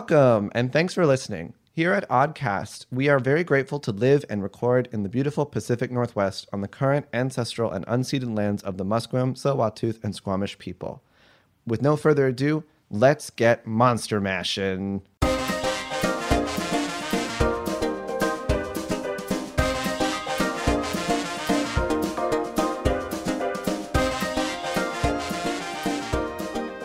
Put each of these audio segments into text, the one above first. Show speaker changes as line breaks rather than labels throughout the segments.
Welcome, and thanks for listening. Here at Oddcast, we are very grateful to live and record in the beautiful Pacific Northwest on the current ancestral and unceded lands of the Musqueam, Tsleil-Waututh, and Squamish people. With no further ado, let's get monster mashin'.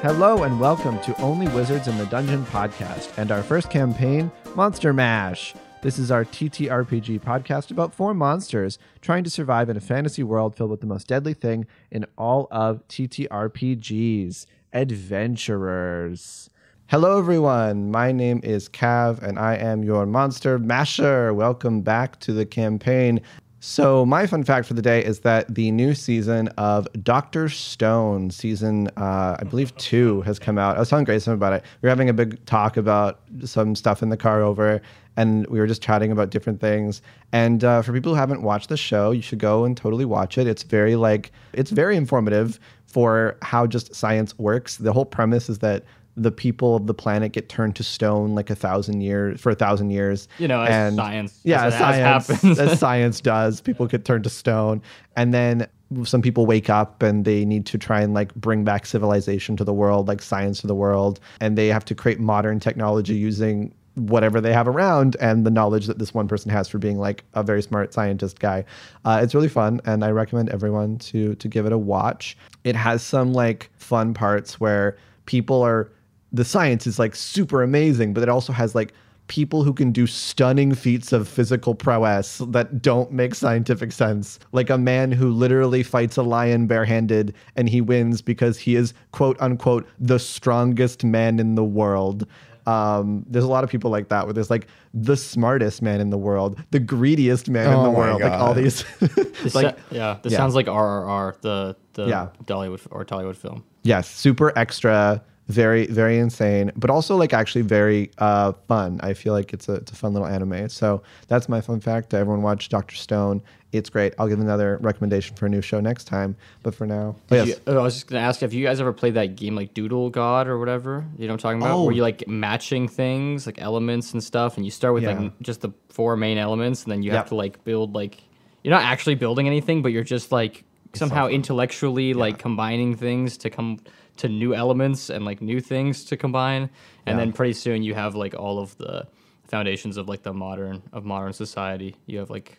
Hello and welcome to Only Wizards in the Dungeon podcast and our first campaign, Monster Mash. This is our TTRPG podcast about four monsters trying to survive in a fantasy world filled with the most deadly thing in all of TTRPGs adventurers. Hello, everyone. My name is Cav, and I am your monster masher. Welcome back to the campaign. So, my fun fact for the day is that the new season of Doctor Stone, season uh, I believe two, has come out. I was telling Grayson about it. We were having a big talk about some stuff in the car over, and we were just chatting about different things. And uh, for people who haven't watched the show, you should go and totally watch it. It's very like it's very informative for how just science works. The whole premise is that the people of the planet get turned to stone like a thousand years for a thousand years.
You know, as science-
Yeah, as
as it has
science
happens.
as science does. People get turned to stone, and then some people wake up and they need to try and like bring back civilization to the world, like science to the world, and they have to create modern technology using whatever they have around and the knowledge that this one person has for being like a very smart scientist guy. Uh, it's really fun, and I recommend everyone to to give it a watch. It has some like fun parts where people are the science is like super amazing, but it also has like people who can do stunning feats of physical prowess that don't make scientific sense. Like a man who literally fights a lion barehanded and he wins because he is quote unquote the strongest man in the world. Um, there's a lot of people like that where there's like the smartest man in the world, the greediest man in
Oh
the
my
world, like all
God.
these
This
like
so- yeah, this
yeah.
sounds like RRR, the the
Yeah.
Dollywood f- or Tollywood film.
Yes, super extra, very very insane, but also like actually very uh, fun. I feel like it's a it's a fun little anime. So that's my fun fact. Everyone watch Doctor Stone. It's great. I'll give another recommendation for a new show next time. But for now, yes.
You- oh, I was just gonna ask, have you guys ever played that game like Doodle God or whatever? You know what I'm talking about?
Oh.
Where you like matching things, like elements and stuff, and you start with
Yeah.
like just the four main elements, and then you
Yep.
have to like build like you're not actually building anything, but you're just like somehow intellectually like combining things to come to new elements and like new things to combine, and then pretty soon you have like all of the foundations of like the modern of modern society. You have like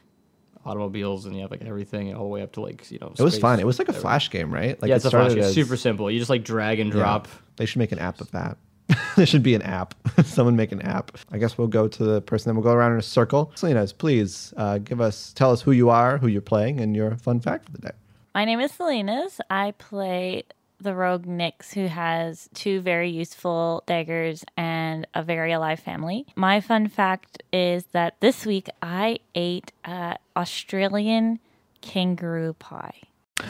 automobiles and you have like everything all the way up to like you know
it was fun. It was like a flash game, right? Like
yeah, it's a flash.
started
It's
as-
super simple. You just like drag and
yeah.
drop.
They should make an app of that. there should be an app. Someone make an app. I guess we'll go to the person. Then we'll go around in a circle. Selena's, please uh, give us, tell us who you are, who you're playing, and your fun fact for the day.
My name is Salinas. I play the rogue Nyx, who has two very useful daggers and a very alive family. My fun fact is that this week I ate uh, Australian kangaroo pie.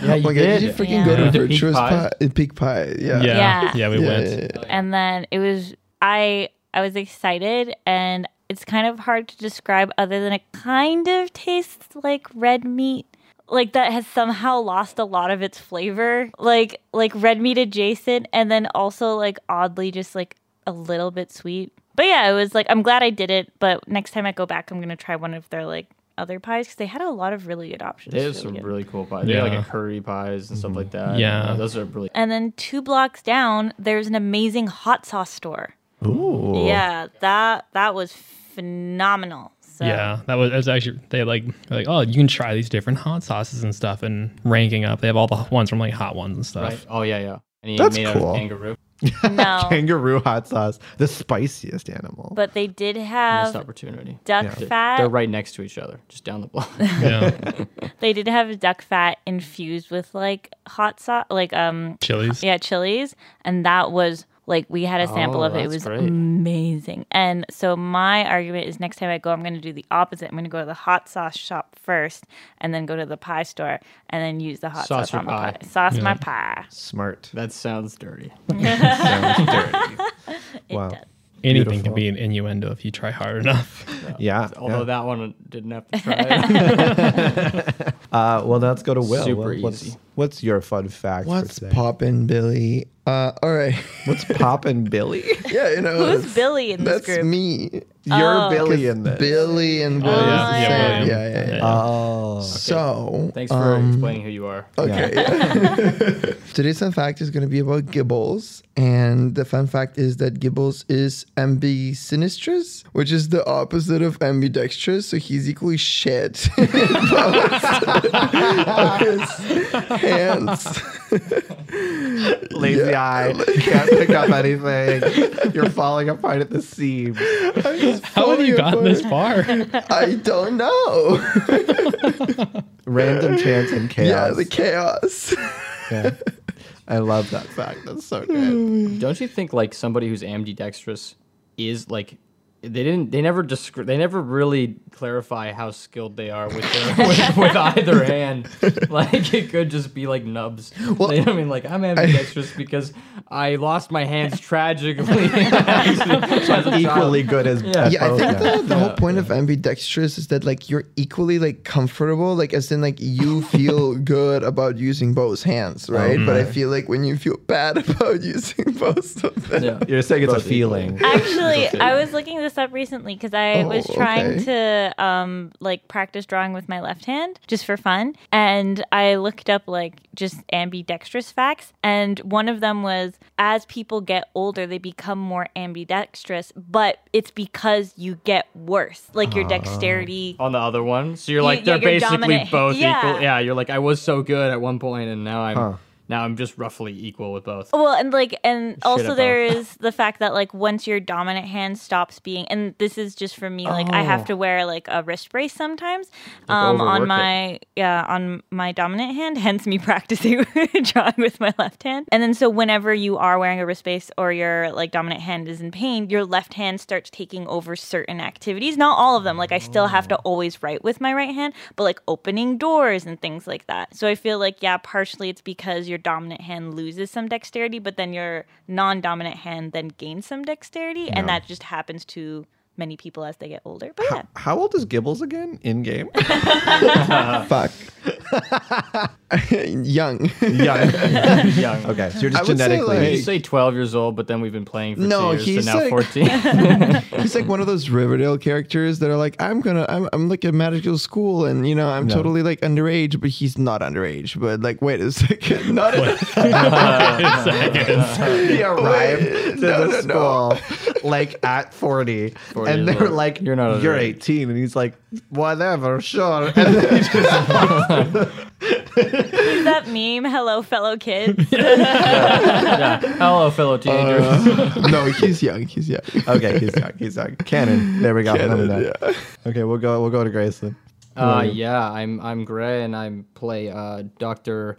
Yeah, you
Oh my god, did you freaking
Yeah.
go
You
to
went to Peak
Virtuous
Pie?
Pie? uh, Peak Pie,
Yeah.
yeah.
Yeah. Yeah, we
Yeah,
went.
yeah, yeah.
and then it was i i was excited and it's kind of hard to describe other than it kind of tastes like red meat like that has somehow lost a lot of its flavor like like red meat adjacent and then also like oddly just like a little bit sweet but yeah it was like i'm glad i did it but next time i go back i'm gonna try one of their like other pies because they had a lot of really good options
They have
It's
some
good.
really cool pies. They have
Yeah.
like a curry pies and stuff like that.
Yeah.
Uh, those are really.
and then two blocks down there's an amazing hot sauce store
Ooh.
Yeah, that that was phenomenal. So
Yeah, that was, that was actually they like they're like oh you can try these different hot sauces and stuff and ranking up. They have all the ones from like hot ones and stuff.
Right. Oh yeah, yeah. And he
That's
made out
cool.
of kangaroo.
no,
kangaroo hot sauce, the spiciest animal.
but they did
Missed
have
opportunity.
duck fat.
They're right next to each other, just down the block.
Yeah,
They did have duck fat infused with like hot sauce, like um
chilies.
yeah chilies, and that was like we had a sample
Oh,
of it. It
that's
was
great.
amazing. And so my argument is next time I go, I'm going to do the opposite. I'm going to go to the hot sauce shop first, and then go to the pie store, and then use the hot
Sauce
sauce
your
on the
pie.
pie. Sauce my pie.
Smart.
that sounds dirty.
Sounds dirty. wow.
does.
Beautiful.
Anything can be an innuendo if you try hard enough.
Yeah.
Although
yeah.
that one didn't have to try. it.
uh, well, let's go to Will.
Super
Will, what's-
easy.
What's your fun fact?
What's
for today?
poppin', Billy? Uh, all right.
What's poppin', Billy?
yeah, you know.
Who's
it's-
Billy in this
That's
group?
me.
You're
Oh.
Billy in this.
Billy and
Oh,
William.
yeah.
yeah.
Yeah, William.
yeah, yeah, yeah.
Oh.
So,
Thanks for
um,
explaining who you are.
Okay. yeah. Today's fun fact is going to be about Gibbles, and the fun fact is that Gibbles is ambisinistrous, which is the opposite of ambidextrous. So he's equally shit in both of his hands.
Lazy eye. Can't pick up anything. You're falling apart at the seams.
How have you gotten this far?
I don't know.
Random chance and chaos.
yeah, the chaos.
Yeah. I love that fact. That's so good.
Don't you think like somebody who's ambidextrous is like they didn't they never descri- they never really clarify how skilled they are with their with, with either hand. Like it could just be like nubs.
Well,
They- I mean like I'm ambidextrous because I lost my hands tragically. as a
Equally
child.
good as
Yeah.
as
yeah, I
both
think
now.
the, the whole point of ambidextrous is that like you're equally like comfortable, like as in like you feel good about using both hands, right? But I feel like when you feel bad about using both of them,
Yeah.
You're saying it's a
Both equal.
feeling.
Actually, I was looking this up recently because I
Oh,
was trying to um, like practice drawing with my left hand just for fun, and I looked up like just ambidextrous facts, and one of them was as people get older, they become more ambidextrous, but it's because you get worse, like
Ah.
your dexterity.
On the other one, so you're
You-
like they're
you're
basically
dominant.
both
Yeah.
equal. Yeah, you're like I was so good at one point, and now I'm
Huh.
now I'm just roughly equal with both.
Well, and like, and also
above.
there is the fact that like once your dominant hand stops being, and this is just for me, like I have to wear like a wrist brace sometimes, um,
overwork
on
it.
my yeah on my dominant hand. Hence me practicing drawing with my left hand, and then so whenever you are wearing a wrist brace or your like dominant hand is in pain, your left hand starts taking over certain activities. Not all of them. Like I still have to always write with my right hand, but like opening doors and things like that. So I feel like yeah, partially it's because your dominant hand loses some dexterity, but then your non-dominant hand then gains some dexterity, and that just happens to many people as they get older. But yeah.
How old is Gibbles again in game?
fuck. Young.
yeah.
Young.
Okay, so you're
I
just
would say,
genetically.
like-
You say 12 years old, but then we've been playing for two
No,
years,
he's
so now
like-
14.
He's like one of those Riverdale characters that are like, I'm gonna, I'm, I'm like at magical school, and you know, I'm totally like underage, but he's not underage. But like, wait a second, not.
he arrived to
no,
the
no,
school like at 40, and
years
they're
old.
like you're
You're not
you're
underage."
18 and he's like whatever sure and then he just
Is that meme? Hello, fellow kids.
yeah. Hello, fellow teenagers. Uh,
no, he's young. He's young.
okay he's young he's young canon there we go
Canon,
Remember that. okay we'll go we'll go to Grayson
Uh, yeah, I'm I'm Gray, and I play uh, Doctor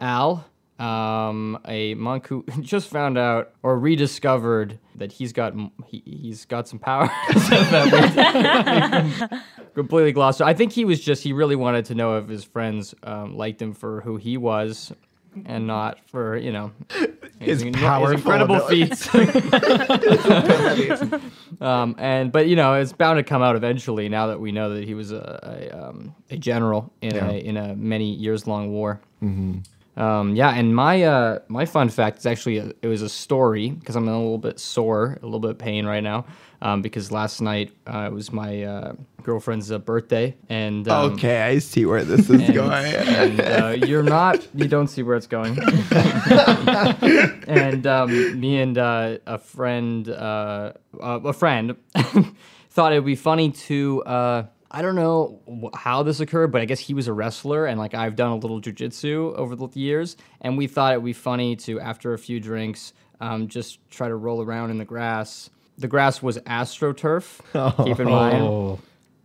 Al, um, a monk who just found out or rediscovered that he's got m- he, he's got some powers that we completely glossed. over. I think he was just he really wanted to know if his friends um, liked him for who he was. And not for you know his, inno-
powerful
incredible feats. Um, and but you know it's bound to come out eventually. Now that we know that he was a a, um, a general in
Yeah.
a in a many years long war. Um, yeah, and my uh, my fun fact is actually a, it was a story because I'm in a little bit sore, a little bit of pain right now um, because last night uh, it was my uh, girlfriend's uh, birthday and um,
Okay, I see where this is
and,
going.
and, uh, you're not you don't see where it's going and um, me and uh, a friend uh, uh, a friend thought it would be funny to uh, i don't know wh- how this occurred but i guess he was a wrestler and like i've done a little jujitsu over the years and we thought it would be funny to after a few drinks um, just try to roll around in the grass the grass was astroturf keep in mind
Oh.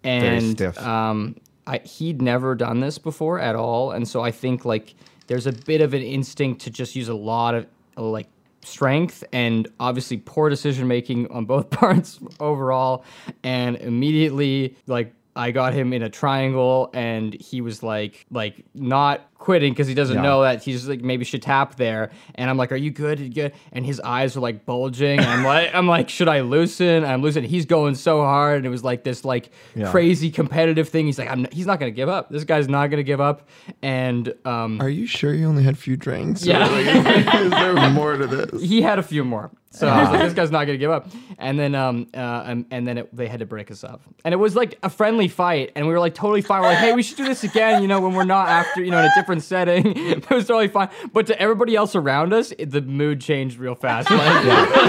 and
stiff.
um, I, he'd never done this before at all, and so I think like there's a bit of an instinct to just use a lot of like strength and obviously poor decision making on both parts overall, and immediately like. I got him in a triangle and he was like like not quitting because he doesn't
Yeah.
know that he's like maybe should tap there. And I'm like, "Are you good? Are you good?" And his eyes are like bulging. And I'm like, "I'm like, should I loosen?" I'm loosening. He's going so hard, and it was like this like
Yeah.
crazy competitive thing. He's like, "I'm he's not gonna give up. This guy's not gonna give up." And um,
Are you sure you only had a few drinks?
Yeah.
Or, like, is there more to this?
he had a few more. So I was like, this guy's not gonna give up. And then um uh, um, and then it, they had to break us up. And it was like a friendly fight, and we were like totally fine. We're like, hey, we should do this again, you know, when we're not after, you know, in a different setting. it was totally fine. But to everybody else around us, it, the mood changed real fast. Like,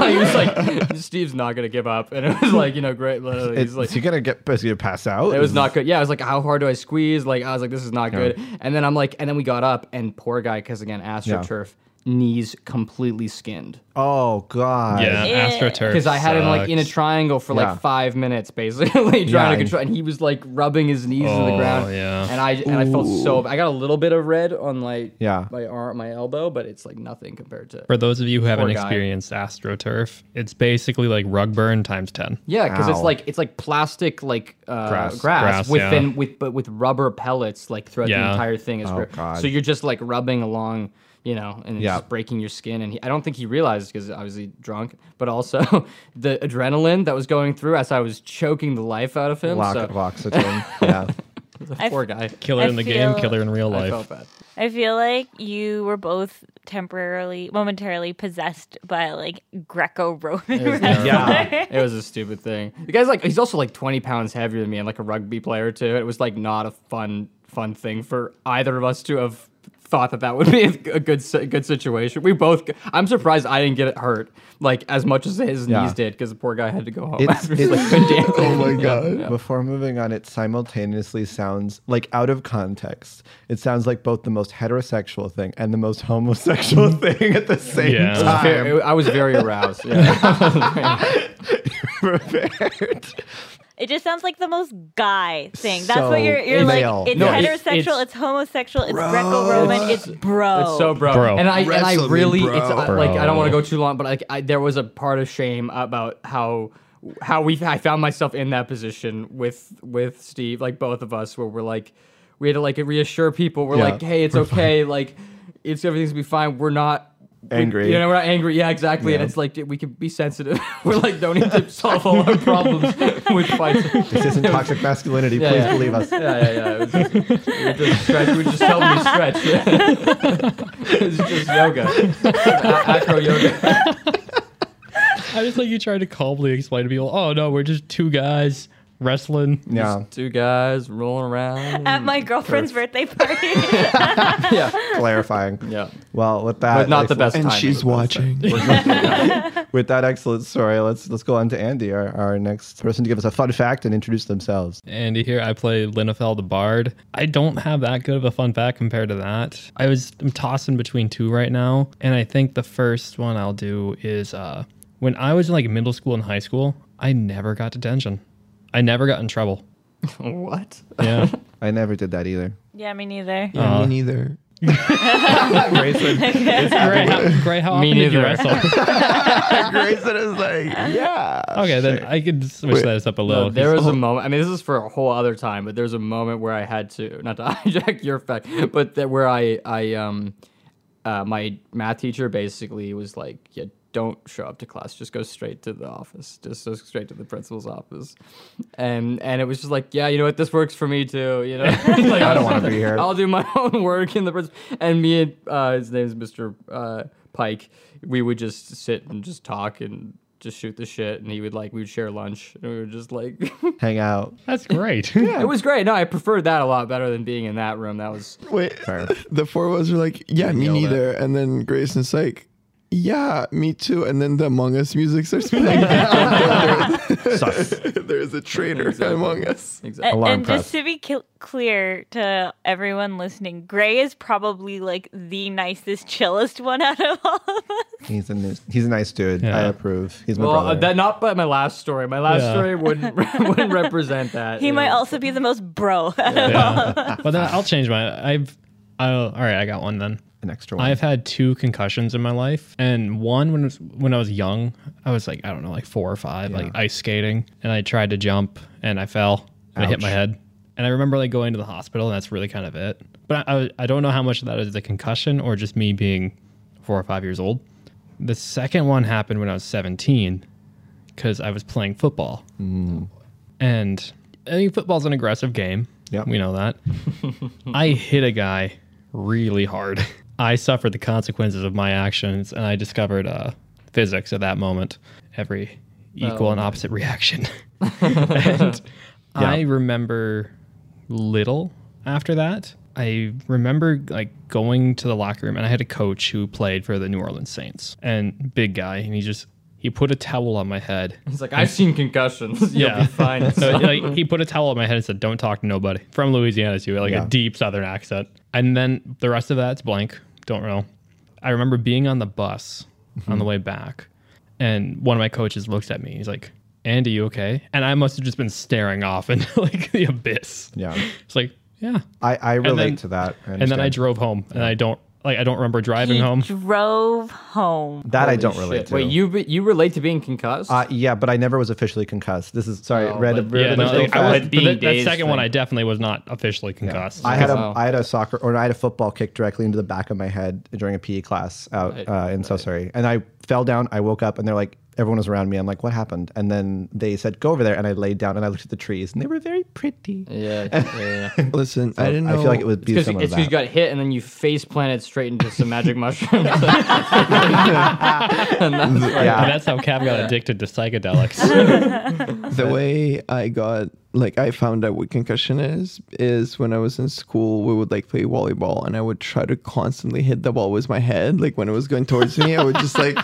like, he was like, Steve's not gonna give up, and it was like, you know, great. Literally, he's
It's
like,
like, you gonna get basically gonna pass out.
it was not good. Yeah, I was like, how hard do I squeeze? Like, I was like, this is not good. And then I'm like, and then we got up, and poor guy, because again, astroturf, knees completely skinned.
Oh god.
Yeah,
Yeah.
astroturf.
Because I had him like in a
sucks.
triangle for
Yeah.
like five minutes, basically trying
Yeah,
to
and-
control, and he was like rubbing his knees to the
Oh,
ground.
yeah.
And I and I felt so. b- I got a little bit of red on like
Yeah.
my arm, my elbow, but it's like nothing compared to.
For those of you who haven't
guy.
experienced astroturf, it's basically like rug burn times ten.
Yeah, because it's
Ow.
like it's like plastic like uh,
Grass.
grass,
Grass,
within
yeah.
with but with rubber pellets like throughout the
Yeah.
entire thing. Is
Oh,
where-
God.
So you're just like rubbing along, you know, and it's
Yeah.
just breaking your skin. And he, I don't think he realized because obviously drunk, but also the adrenaline that was going through as I was choking the life out of him.
Lock,
so
Loxitane. yeah.
I
poor
f-
guy.
Killer
I
in the game,
feel-
killer in real
I
life.
felt bad.
I feel like you were both temporarily, momentarily possessed by like Greco-Roman. wrestling.
Yeah.
It was a stupid thing. The guy's like he's also like 20 pounds heavier than me and like a rugby player too. It was like not a fun fun thing for either of us to have thought that that would be a good si- good situation. We both I'm surprised I didn't get it hurt like as much as his
Yeah.
knees did because the poor guy had to go home
It's-
after he's
it's-
like been dancing.
Oh my god.
Before moving on, it simultaneously sounds like out of context. It sounds like both the most heterosexual thing and the most homosexual thing at the same
Yeah. It was
I was
time.
very- I was very aroused. Yeah.
Prepared.
It just sounds like the most guy thing. That's
So
what you're. You're
male.
like it's
No, it-
heterosexual,
it's-
it's, homosexual, it's Greco-Roman, it's bro.
It's so bro.
Bro.
And I and I
Wrestling,
really
bro.
it's I- like I
Bro.
don't want to go too long, but like I, there was a part of shame about how how we I found myself in that position with with Steve, like both of us, where we're like we had to like reassure people. We're
Yeah,
like, hey, it's okay, like it's everything's gonna be fine. We're not. we-
Angry.
you know, we're not angry. Yeah, exactly. And it's like we can be sensitive. we're like, don't need to solve all our problems with fights.
This isn't toxic masculinity.
Yeah,
Please
yeah.
believe us.
Yeah, yeah, yeah. It was just, we would just stretch. We would just tell them to stretch. Yeah. it's just yoga, A- acro yoga.
I just like you tried to calmly explain to people, oh no, we're just two guys wrestling.
Yeah.
Two guys rolling around.
At my girlfriend's birthday party.
yeah,
Clarifying.
yeah.
Well, with that,
But not the best.
And
timing.
she's watching.
With that excellent story, let's let's go on to Andy, our, our next person to give us a fun fact and introduce themselves.
Andy here. I play Linafel the Bard. I don't have that good of a fun fact compared to that. I was I'm tossing between two right now, and I think the first one I'll do is uh when I was in like middle school and high school, I never got detention. I never got in trouble.
What?
Yeah.
I never did that either.
yeah, me neither.
Yeah, me neither.
Grayson,
Gray, how, Gray, how
Me
often did
neither.
you wrestle?
Grayson is like, yeah.
Okay, then I could switch that up a little.
No, there was a moment. I mean, this is for a whole other time, but there's a moment where I had to not to hijack your fact, but that where I I um uh, my math teacher basically was like, yeah, don't show up to class. Just go straight to the office. Just go straight to the principal's office. And and it was just like, yeah, you know what? This works for me too. You know, like, I
don't wanna be here.
I'll do my own work in the principal. And me and uh, his name's Mr. Uh, Pike. We would just sit and just talk and. Just shoot the shit, and he would like we would share lunch, and we would just like
hang out.
That's great.
it was great. No, I preferred that a lot better than being in that room. That was
Wait,
Fair.
the four of us were like, yeah, me
Yelled at.
neither. And then Grayson's like, yeah, me too. And then the Among Us music starts playing.
Sus.
There's a traitor
Exactly.
among us.
exactly.
And,
Alarm
and
press.
just to be cl- clear to everyone listening, Gray is probably like the nicest, chillest one out of all of us.
He's a nice, he's a nice dude. I
Yeah.
approve. He's my
Well, uh,
brother.
that not by my last story. My last
Yeah.
story wouldn't wouldn't represent that.
He
you
might
know.
also be the most bro. out of
yeah. But then I'll change my. I've. I'll, all right, I got one then.
An extra one.
I've had two concussions in my life, and one when I was, when I was young, I was like I don't know, like four or five, like ice skating, and I tried to jump and I fell and I hit my
Ouch.
head, And I remember like going to the hospital, and that's really kind of it. But I, I, I don't know how much of that is a concussion or just me being four or five years old. The second one happened when I was 17 because I was playing football.
Mm.
And I mean, football's an aggressive game.
Yep.
We know that. I hit a guy really hard. I suffered the consequences of my actions, and I discovered uh, physics at that moment. Every equal and opposite reaction. and I remember little after that. I remember like going to the locker room and I had a coach who played for the New Orleans Saints and big guy and he just he put a towel on my head.
He's like, I've seen concussions. You'll
Yeah.
be fine.
So like he put a towel on my head and said, "Don't talk to nobody." From Louisiana too, like
Yeah.
a deep Southern accent. And then the rest of that's blank. Don't know. I remember being on the bus on
Mm-hmm.
the way back, and one of my coaches looks at me. He's like, "Andy, you okay?" And I must have just been staring off into like the abyss.
Yeah.
It's like, yeah.
I, I relate
then-
to that. I
and then I
understand.
drove home, and I don't like I don't remember driving
He
home.
drove home.
that I
Holy
don't relate
shit.
to.
Wait, you be- you relate to being concussed?
Uh, yeah, but I never was officially concussed. This is sorry.
Oh,
read
but-
read
Yeah,
it
no,
so
like,
fast.
I was,
Being
but that, that
dazed
second one,
thing.
I definitely was not officially concussed.
I had a
Wow.
I had a soccer or I had a football kick directly into the back of my head during a PE class out uh, in so sorry, and I fell down. I woke up and they're like everyone was around me. I'm like, what happened? And then they said go over there, and I laid down and I looked at the trees and they were very pretty.
yeah. yeah.
Listen, I didn't know.
I feel like it would be
Because
similar
it's
to
because you
that.
got hit and then you face planted straight into some magic mushrooms. And that's like-
And
yeah,
that's how Cav got addicted to psychedelics.
the way I got like I found out what concussion is is when I was in school we would like play volleyball and I would try to constantly hit the ball with my head like when it was going towards me I would just like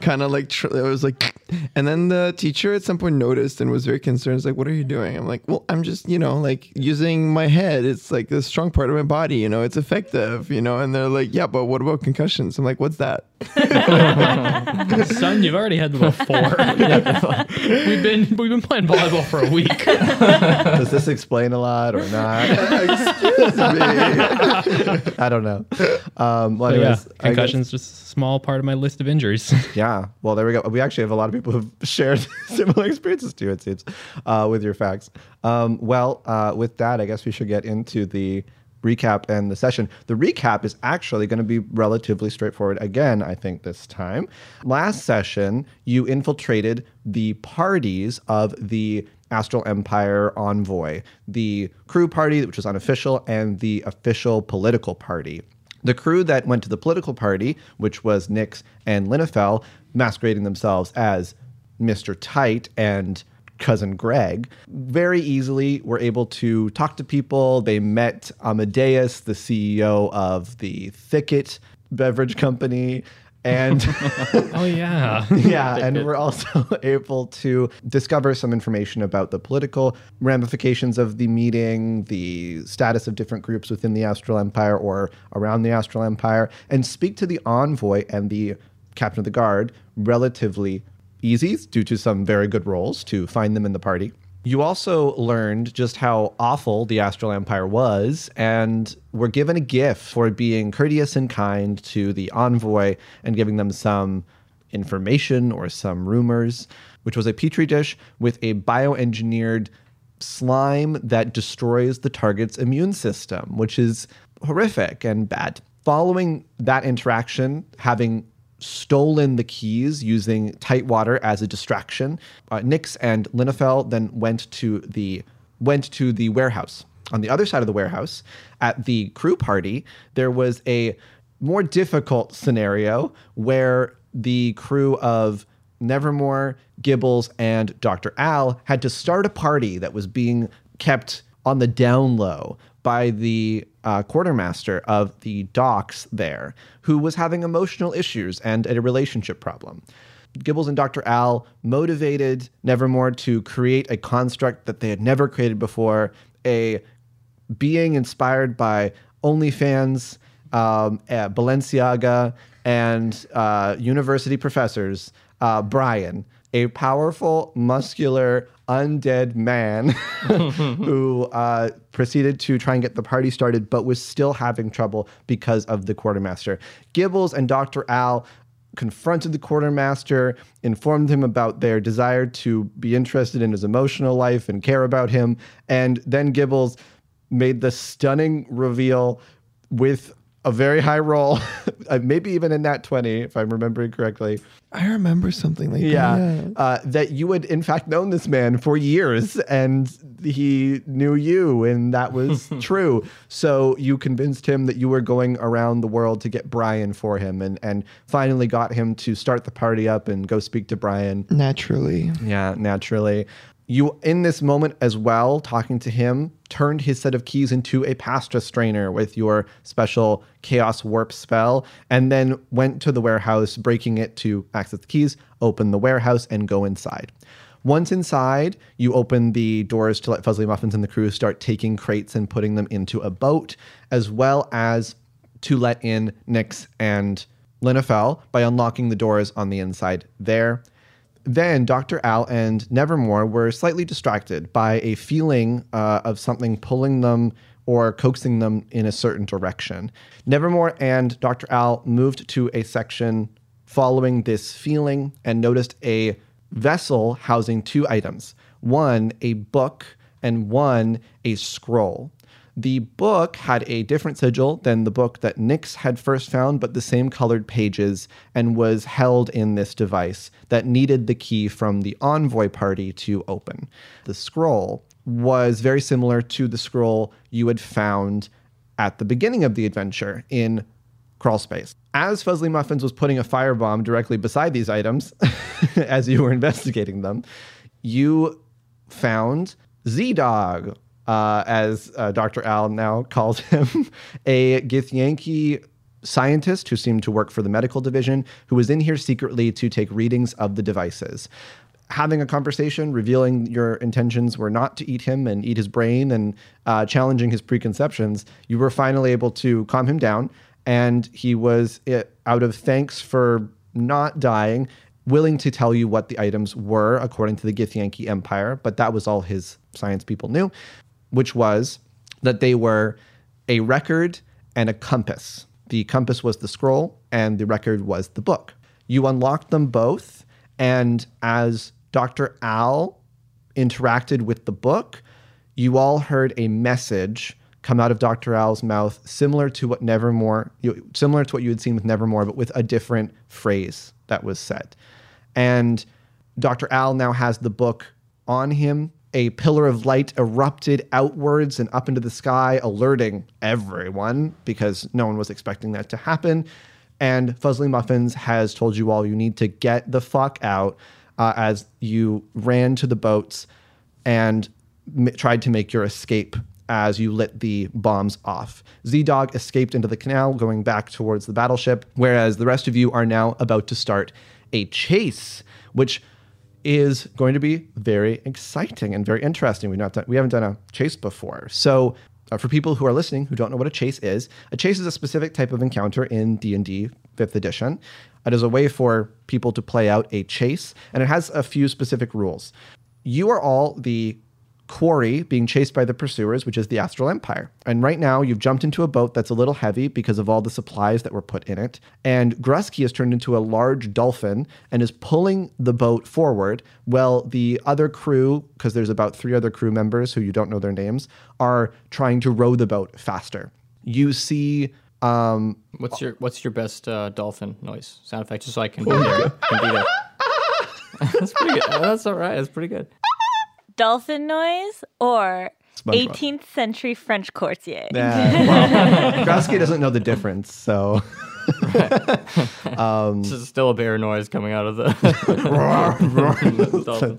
kind of like tr- I was like and then the teacher at some point noticed and was very concerned It's like what are you doing I'm like well I'm just you know like using my head it's like the strong part of my body you know it's effective you know and they're like yeah but what about concussions I'm like what's that
Son, you've already had them before. we've been we've been playing volleyball for a week.
does this explain a lot or not?
excuse me
I don't know. Um, well,
But
anyways,
yeah,
I guess-
concussions just a small part of my list of injuries.
Yeah. Well, there we go. We actually have a lot of people who've shared similar experiences to you, it seems, uh, with your facts. Um, well, uh, with that, I guess we should get into the recap and the session. The recap is actually going to be relatively straightforward again, I think, this time. Last session, you infiltrated the parties of the Astral Empire envoy, the crew party, which was unofficial, and the official political party. The crew that went to the political party, which was Nix and Linnefell, masquerading themselves as Mr. Tight and cousin Greg, very easily were able to talk to people. They met Amadeus, the CEO of the Thicket Beverage Company, and
oh yeah.
yeah, and we're also able to discover some information about the political ramifications of the meeting, the status of different groups within the Astral Empire or around the Astral Empire, and speak to the envoy and the captain of the guard relatively easy due to some very good roles to find them in the party. You also learned just how awful the Astral Empire was, and were given a gift for being courteous and kind to the envoy and giving them some information or some rumors, which was a petri dish with a bioengineered slime that destroys the target's immune system, which is horrific and bad. Following that interaction, having stolen the keys using Tightwater as a distraction, uh, Nix and Linnefell then went to the went to the warehouse. On the other side of the warehouse, at the crew party, there was a more difficult scenario where the crew of Nevermore, Gibbles, and Dr. Al had to start a party that was being kept on the down low by the uh, quartermaster of the docks there, who was having emotional issues and a relationship problem. Gibbles and Dr. Al motivated Nevermore to create a construct that they had never created before, a being inspired by OnlyFans, um, uh, Balenciaga, and uh, university professors, uh, Brian, a powerful, muscular, undead man who uh, proceeded to try and get the party started, but was still having trouble because of the quartermaster. Gibbles and Dr. Al confronted the quartermaster, informed him about their desire to be interested in his emotional life and care about him. And then Gibbles made the stunning reveal with a very high roll, uh, maybe even in that 20, if I'm remembering correctly.
I remember something like
Yeah.
that.
Uh, that you had, in fact, known this man for years and he knew you, and that was true. So you convinced him that you were going around the world to get Brian for him and, and finally got him to start the party up and go speak to Brian.
Naturally.
Yeah, naturally. You, in this moment as well, talking to him, turned his set of keys into a pasta strainer with your special chaos warp spell, and then went to the warehouse, breaking it to access the keys, open the warehouse, and go inside. Once inside, you open the doors to let Fuzzly Muffins and the crew start taking crates and putting them into a boat, as well as to let in Nyx and Linafel by unlocking the doors on the inside there. Then Dr. Al and Nevermore were slightly distracted by a feeling uh, of something pulling them or coaxing them in a certain direction. Nevermore and Dr. Al moved to a section following this feeling and noticed a vessel housing two items one, a book, and one, a scroll. The book had a different sigil than the book that Nix had first found, but the same colored pages, and was held in this device that needed the key from the envoy party to open. The scroll was very similar to the scroll you had found at the beginning of the adventure in crawl space. As Fuzzly Muffins was putting a firebomb directly beside these items, as you were investigating them, you found Z Dog, uh, as uh, Dr. Al now calls him, a Githyanki scientist who seemed to work for the medical division, who was in here secretly to take readings of the devices having a conversation, revealing your intentions were not to eat him and eat his brain and uh, challenging his preconceptions, you were finally able to calm him down. And he was, eh, out of thanks for not dying, willing to tell you what the items were according to the Githyanki Empire. But that was all his science people knew, which was that they were a record and a compass. The compass was the scroll, and the record was the book. You unlocked them both, and as Dr. Al interacted with the book, you all heard a message come out of Dr. Al's mouth, similar to what Nevermore, you, similar to what you had seen with Nevermore, but with a different phrase that was said. And Dr. Al now has the book on him. A pillar of light erupted outwards and up into the sky, alerting everyone because no one was expecting that to happen. And Fuzzly Muffins has told you all you need to get the fuck out uh, as you ran to the boats and m- tried to make your escape as you lit the bombs off. Z Dog escaped into the canal, going back towards the battleship, whereas the rest of you are now about to start a chase, which is going to be very exciting and very interesting. We've not done, we haven't done a chase before. So uh, for people who are listening who don't know what a chase is, a chase is a specific type of encounter in D&D 5th edition. It is a way for people to play out a chase, and it has a few specific rules. You are all the quarry being chased by the pursuers, which is the Astral Empire. And right now, you've jumped into a boat that's a little heavy because of all the supplies that were put in it. And Grusky has turned into a large dolphin and is pulling the boat forward. Well, the other crew, because there's about three other crew members who you don't know their names, are trying to row the boat faster. You see. Um,
What's your What's your best uh, dolphin noise sound effect? Just so I can be there. Can be there. that's pretty good. Oh, That's all right. That's pretty good.
Dolphin noise or
SpongeBob.
18th century French courtier.
yeah, well, Grusky doesn't know the difference, so.
This is still a bear noise coming out of the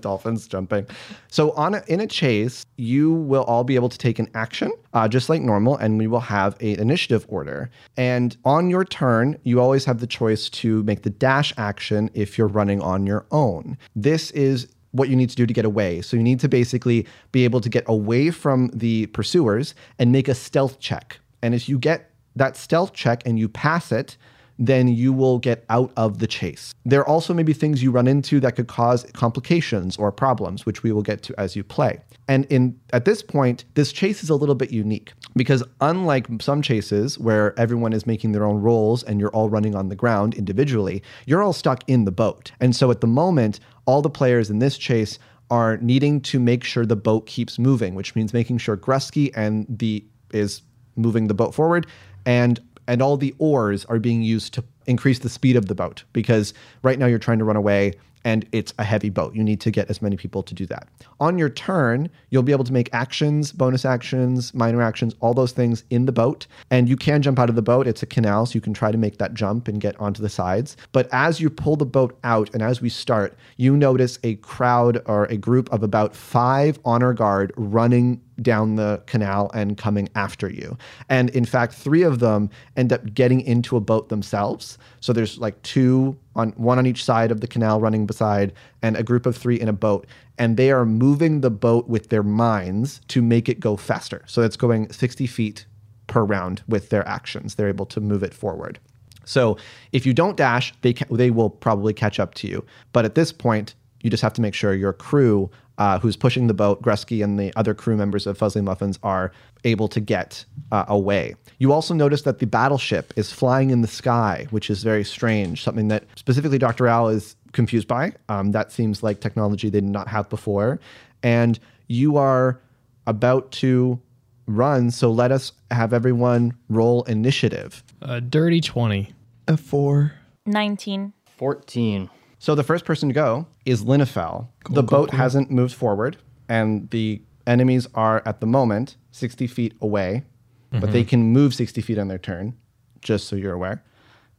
dolphins. jumping. So on a, in a chase, you will all be able to take an action uh, just like normal, and we will have a initiative order. And on your turn, you always have the choice to make the dash action if you're running on your own. This is what you need to do to get away. So you need to basically be able to get away from the pursuers and make a stealth check. And if you get that stealth check and you pass it, then you will get out of the chase. There also may be things you run into that could cause complications or problems, which we will get to as you play. And in at this point, this chase is a little bit unique because unlike some chases where everyone is making their own rolls and you're all running on the ground individually, you're all stuck in the boat. And so at the moment, all the players in this chase are needing to make sure the boat keeps moving, which means making sure Grusky and the is moving the boat forward and and all the oars are being used to increase the speed of the boat because right now you're trying to run away and it's a heavy boat. You need to get as many people to do that. On your turn, you'll be able to make actions, bonus actions, minor actions, all those things in the boat. And you can jump out of the boat. It's a canal, so you can try to make that jump and get onto the sides. But as you pull the boat out and as we start, you notice a crowd or a group of about five honor guard running down the canal and coming after you. And in fact, three of them end up getting into a boat themselves. So there's like two on one on each side of the canal running beside and a group of 3 in a boat and they are moving the boat with their minds to make it go faster. So it's going 60 feet per round with their actions. They're able to move it forward. So if you don't dash, they ca- they will probably catch up to you. But at this point, you just have to make sure your crew uh, who's pushing the boat, Gresky and the other crew members of Fuzzly Muffins are able to get uh, away. You also notice that the battleship is flying in the sky, which is very strange, something that specifically Dr. Al is confused by. Um, that seems like technology they did not have before. And you are about to run, so let us have everyone roll initiative.
A dirty 20.
A four.
19.
14.
So the first person to go is Linafel. the boat hasn't moved forward, and the enemies are at the moment 60 feet away, but they can move 60 feet on their turn, just so you're aware.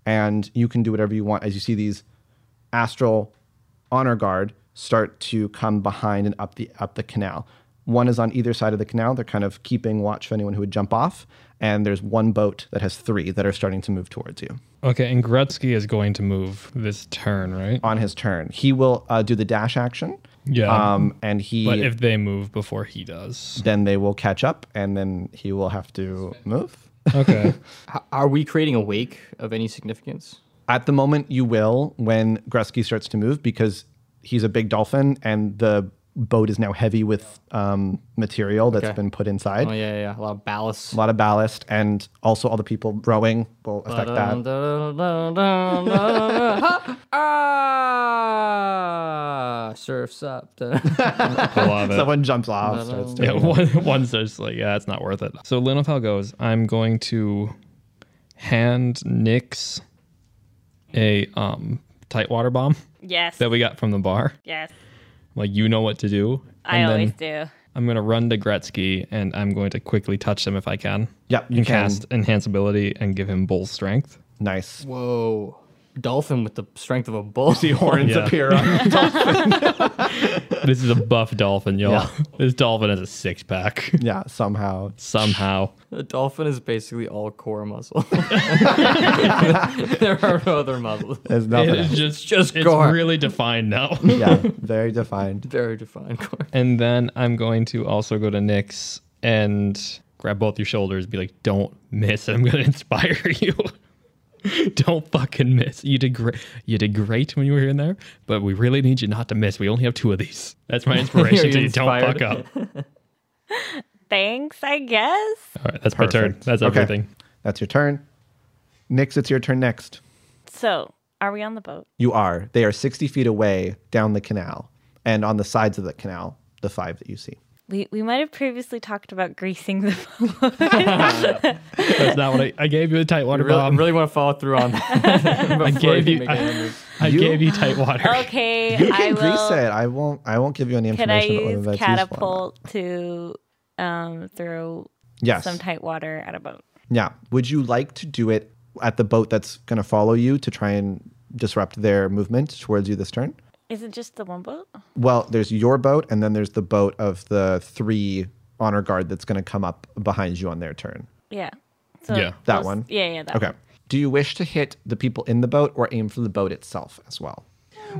And you can do whatever you want as you see these astral honor guard start to come behind and up the up the canal. One is on either side of the canal. They're kind of keeping watch for anyone who would jump off. And there's one boat that has three that are starting to move towards you.
Okay, and Gretzky is going to move this turn, right?
on his turn. He will uh, do the dash action.
Yeah.
Um, and he
But if they move before he does.
then they will catch up, and then he will have to move.
Okay.
H- are we creating a wake of any significance?
At the moment, you will when Gresky starts to move because he's a big dolphin, and the boat is now heavy with um, material that's
Okay.
been put inside.
Oh, yeah, yeah, yeah. A lot of ballast.
A lot of ballast, and also all the people rowing will affect that.
Ah, Surf's up.
I love it.
Someone jumps off. starts to-
Yeah, one, one's just like, yeah, it's not worth it. So Linofel goes, I'm going to hand Nix a um tight water bomb
Yes.
that we got from the bar.
yes.
Like you know what to do.
I
and
always
then
do.
I'm gonna run to Gretzky and I'm going to quickly touch him if I can.
Yep, you
and
can.
cast enhance ability and give him bull strength.
Nice.
Whoa. Dolphin with the strength of a bull.
The horns
Yeah.
appear. On.
this is a buff dolphin, y'all.
Yeah.
This dolphin has a six pack.
yeah, somehow.
Somehow.
A dolphin is basically all core muscle. there are no other muscles.
There's nothing.
It's just
just
it's
gore.
really defined now.
yeah, very defined.
Very defined core.
And then I'm going to also go to Nick's and grab both your shoulders, be like, don't miss. I'm going to inspire you. don't fucking miss. You did great. You did great when you were in there, but we really need you not to miss. We only have two of these. That's my inspiration
you
to you. Don't
inspired?
fuck up. All
Thanks, I guess.
right, that's my turn.
Perfect.
That's
Okay.
everything.
That's your turn. Nix, it's your turn next.
So, are we on the boat?
You are. They are 60 feet away down the canal and on the sides of the canal, the five that you see.
We, we might have previously talked about greasing the boat.
That's not what I, I gave you. A tight water
Really,
bomb.
really want to follow through on that. I
gave you- I- I
You-
gave you tight water.
Okay,
You
I
can grease
will.
it. I won't I won't give you any
Can I
information about
use
whether that's useful or not.
catapult to um, throw
Yes.
some tight water at a boat?
Yeah. Would you like to do it at the boat that's going to follow you to try and disrupt their movement towards you this turn?
Is it just the one boat?
Well, there's your boat and then there's the boat of the three honor guard that's going to come up behind you on their turn.
Yeah. So
Yeah.
That
those-
one?
Yeah, yeah, that
Okay.
one.
Do you wish to hit the people in the boat or aim for the boat itself as well?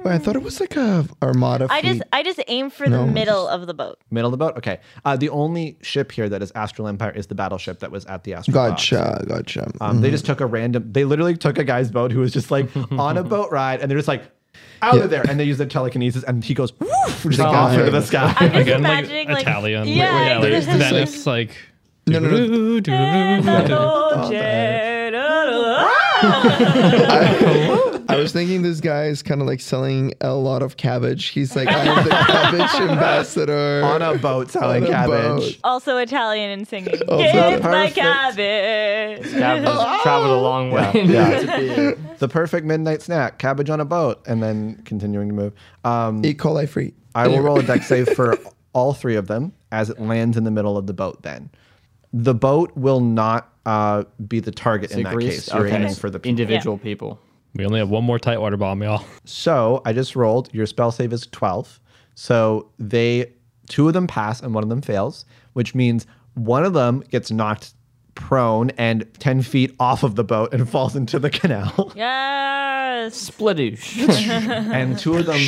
Wait, I thought it was like a armada.
I just
fleet.
I just aim for
No,
the
it's
middle of the boat.
Middle of the boat. Okay. Uh, the only ship here that is Astral Empire is the battleship that was at the Astral. Dock.
gotcha, gotcha.
Um, They just took a random. They literally took a guy's boat who was just like on a boat ride, and they're just like out
Yeah.
of there, and they use their telekinesis, and he goes woof, just like,
Oh,
off into
yeah.
the sky.
I'm just
Again, like,
imagining like
Italian.
Yeah,
Yeah, there's
exactly.
Venice, like.
No, no, no.
doo-doo-doo, doo-doo-doo.
I was thinking this guy is kind of like selling a lot of cabbage. He's like, I'm the cabbage ambassador.
on a boat selling
On a
cabbage.
also Italian and singing.
Oh,
Get my
perfect.
cabbage.
Cabbage
Oh!
traveled a long way.
Yeah, the perfect midnight snack: cabbage on a boat, and then continuing to move. Um,
E. coli free.
I will roll a deck save for all three of them as it lands in the middle of the boat. Then the boat will not uh, be the target in that case. You're aiming for the people.
individual people.
We only have one more tight water bomb, y'all.
So I just rolled. Your spell save is 12. So they, two of them pass and one of them fails, which means one of them gets knocked prone and 10 feet off of the boat and falls into the canal.
Yes.
Splittoosh.
and two of them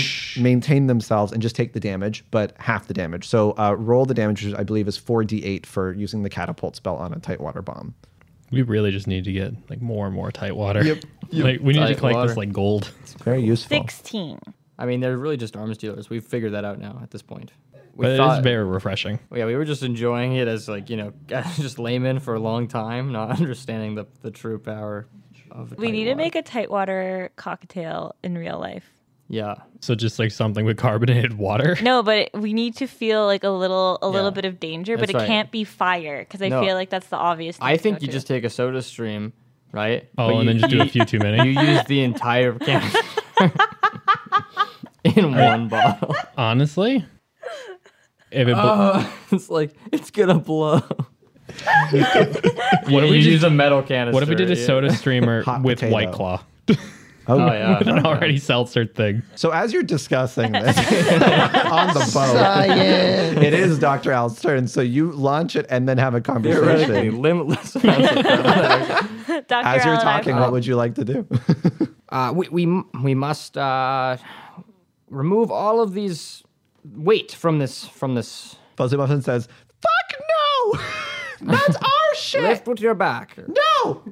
maintain themselves and just take the damage, but half the damage. So uh, roll the damage, which I believe is 4d8 for using the catapult spell on a tight water bomb.
We really just need to get like more and more tight water.
Yep, yep.
Like we need
Tight
to collect
water.
this like gold.
It's very useful.
Sixteen.
I mean, they're really just arms dealers. We've figured that out now at this point. We
But it
thought,
is very refreshing.
yeah, we were just enjoying it as like you know, just laymen for a long time, not understanding the the true power of.
We need to make a tight water cocktail in real life.
Yeah,
So just like something with carbonated water.
No, but we need to feel like a little, a little
Yeah.
bit of danger, but
That's
it
right.
can't be fire because I
No.
feel like that's the obvious. Thing
I
to
think
go
you
to.
just take a soda stream, right? But
Oh, and
you-
then just do a
you-
few too many.
You use the entire can in one bottle.
Honestly, if it bl-
Oh, it's like it's gonna blow.
what if
you
we just,
use a metal canister?
what if we did a
yeah.
soda streamer
Hot
with
potato.
White Claw?
Oh,
Oh yeah.
An already seltzer thing.
So as you're discussing this on the boat,
Science.
it is Dr. Al's turn. So you launch it and then have a
Theoretically,
conversation.
limitless. amounts of
Dr.
As you're
Allen, I-
talking, what would you like to do?
Uh, we, we m- we must uh, remove all of these weight from this from this.
Fuzzy Muffin says, Fuck no! That's our shit!
Lift with your back.
No! I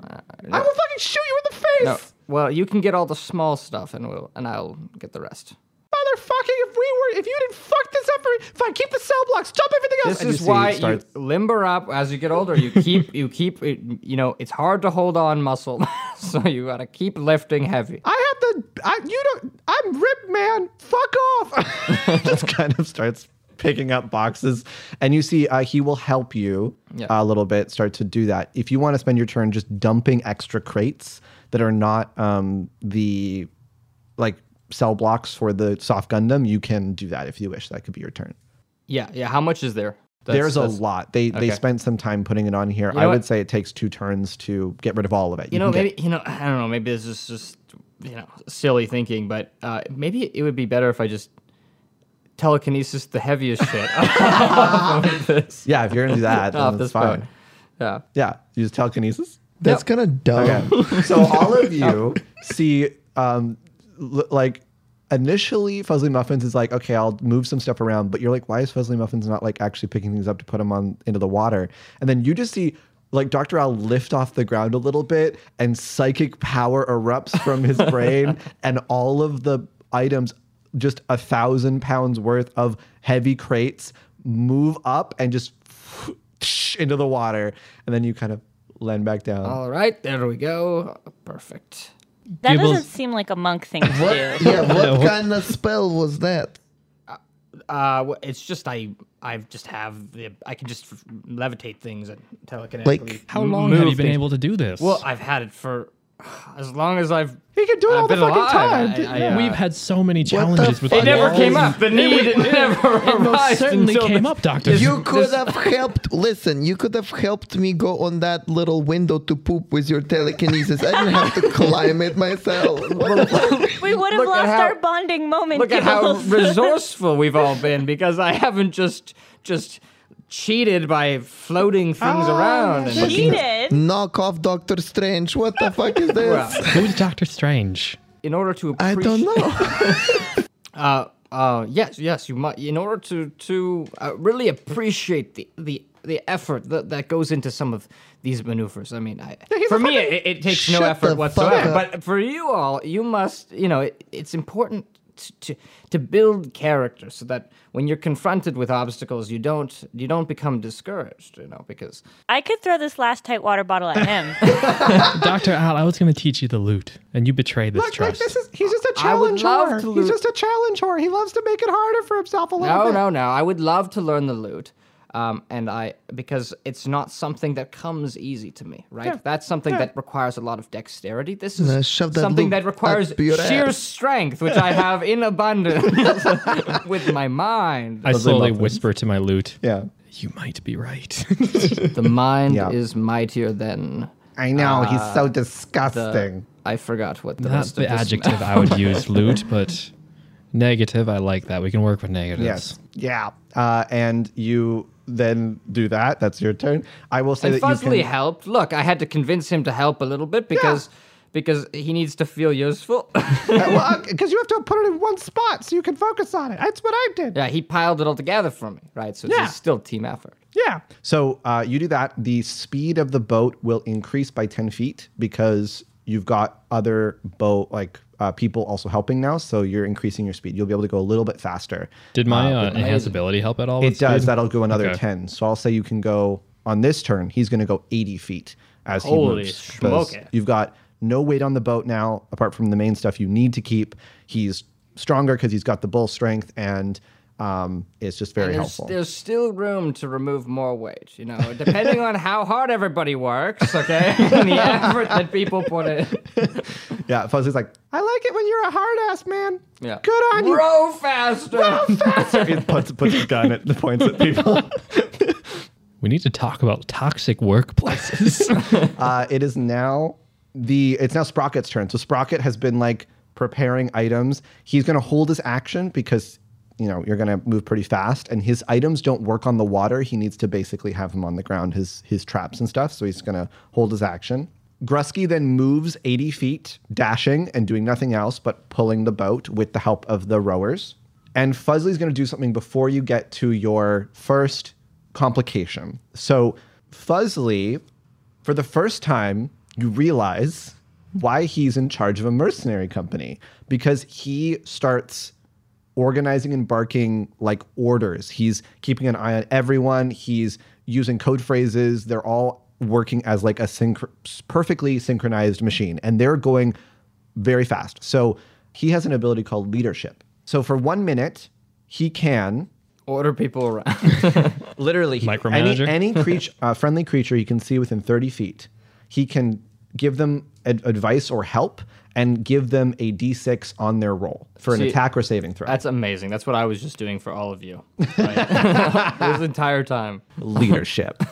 will fucking shoot you in the face!
No, Well, you can get all the small stuff, and we'll and I'll get the rest.
Motherfucking, if we were, if you didn't fuck this up, for, fine, keep the cell blocks, jump everything else.
This is why you limber up as you get older. You keep you keep it, you know it's hard to hold on muscle, so you gotta keep lifting heavy.
I have the, I, you don't, I'm ripped, man. Fuck off. Just kind of starts picking up boxes. And you see, uh, he will help you uh,
Yeah.
a little bit start to do that. If you want to spend your turn just dumping extra crates that are not um, the, like, cell blocks for the soft Gundam, you can do that if you wish. That could be your turn.
Yeah, yeah. How much is there? That's-
There's a
that's-
lot. They they
okay.
spent some time putting it on here. I
know
would
what?
say it takes two turns to get rid of all of it.
You know,
can get-
maybe you know, I don't know. Maybe this is just you know silly thinking, but uh, maybe it would be better if I just telekinesis the heaviest shit off of this,
yeah, if you're gonna do that,
off
then
this
it's fine.
phone. Yeah,
Yeah, use telekinesis.
That's kind of dumb.
Okay. so all of you see, um, l- like, initially Fuzzly Muffins is like, okay, I'll move some stuff around, but you're like, why is Fuzzly Muffins not like actually picking things up to put them on into the water? And then you just see. Like Dr. Al lift off the ground a little bit and psychic power erupts from his brain and all of the items, just a thousand pounds worth of heavy crates, move up and just into the water. And then you kind of land back down.
All right, there we go. Perfect.
that
Gibbles-
doesn't seem like a monk thing to do.
Yeah, what kind of spell was that?
Uh, wh- it's just I, I just have the, I can just f- levitate things and telekinetically.
Like,
How long have
move
you been
things.
able to do this?
Well, I've had it for as long as I've.
He can do it
I've
all the
been
fucking
alive.
time.
I-
dude.
I, uh,
we've had so many challenges with
fuck?
It never
Yeah.
came up. The need never
Most
arose
certainly
until
came
this-
up, Doctor.
You could
this-
have helped. Listen, you could have helped me go on that little window to poop with your telekinesis. I didn't have to climb it myself. What the fuck?
we would have
Look at
lost
how-
our bonding moment.
Look at how
Gibbles.
resourceful we've all been because I haven't just just cheated by floating things
Ah,
around. And
cheated.
Knock off Doctor Strange. What the fuck is this?
Well,
Who's Doctor Strange?
in order to
I
appreciate,
don't know.
Uh, uh, yes, yes, you might. In order to to uh, really appreciate the the the effort that, that goes into some of these maneuvers. I mean, I, for me, it, it takes no
Shut the
effort
fuck
whatsoever.
up.
But for you all, you must, you know, it, it's important to, to to build character so that when you're confronted with obstacles, you don't you don't become discouraged. You know, because
I could throw this last tight water bottle at him.
Dr. Al, I was going to teach you the loot, and you betray this
Look, look,
trust.
this is, he's just a
I would
challenge
love
whore.
to
He's
lose-
just a challenge whore. He loves to make it harder for himself a little
No,
bit.
no, no. I would love to learn the lute. Um, and I because it's not something that comes easy to me, right? That's something that requires a lot of dexterity. This
No,
is
shove that
something
lute
that requires
up your
sheer
ass.
strength, which I have in abundance with my mind.
I slowly
muffins.
whisper to my loot,
Yeah.
you might be right.
The mind
Yeah.
is mightier than
I know.
Uh,
he's so disgusting.
I forgot what the
That's
rest
the
of this
adjective I would use, loot, but negative, I like that. We can work with negatives.
yes. Yeah. Uh, and you then do that. That's your turn. I will say that
And
you
Fuzzly
can.
helped. Look, I had to convince him to help a little bit because because he needs to feel useful.
because you have to put it in one spot so you can focus on it. That's what I did.
Yeah, he piled it all together for me, right? So
Yeah.
it's still team effort.
Yeah. So uh, you do that. The speed of the boat will increase by 10 feet because you've got other boat, like uh, people also helping now. So you're increasing your speed. You'll be able to go a little bit faster.
Did my uh, enhance ability help at all?
It
with
does.
speed?
That'll go another
Okay.
10. So I'll say you can go on this turn, he's going to go 80 feet as
Holy
he moves. 'cause
schmoke.
You've got no weight on the boat now, apart from the main stuff you need to keep. He's stronger because he's got the bull strength and um, it's just very
And there's,
helpful.
there's still room to remove more weight, you know, depending on how hard everybody works, okay? and the effort that people put in.
Yeah, Fuzzy's like, I like it when you're a hard ass man.
Yeah.
Good on you.
Row faster.
He puts, puts his gun at the points at people.
We need to talk about toxic workplaces.
Uh, it is now the it's now Sprocket's turn. So Sprocket has been like preparing items. He's gonna hold his action because you know you're gonna move pretty fast, and his items don't work on the water. He needs to basically have them on the ground, his his traps and stuff. So he's gonna hold his action. Grusky then moves 80 feet, dashing and doing nothing else but pulling the boat with the help of the rowers. And Fuzzly's going to do something before you get to your first complication. So Fuzzly for the first time, you realize why he's in charge of a mercenary company because he starts organizing and barking like orders. He's keeping an eye on everyone. He's using code phrases. They're all working as like a synch- perfectly synchronized machine and they're going very fast. So he has an ability called leadership. So for 1 minute, he can
Order people around.
literally he-
Micromanager?
any, any creature uh, friendly creature you can see within 30 feet he can give them ad- advice or help and give them a d6 on their roll for an
See,
attack or saving throw
That's amazing. That's what I was just doing for all of you right? this entire time.
leadership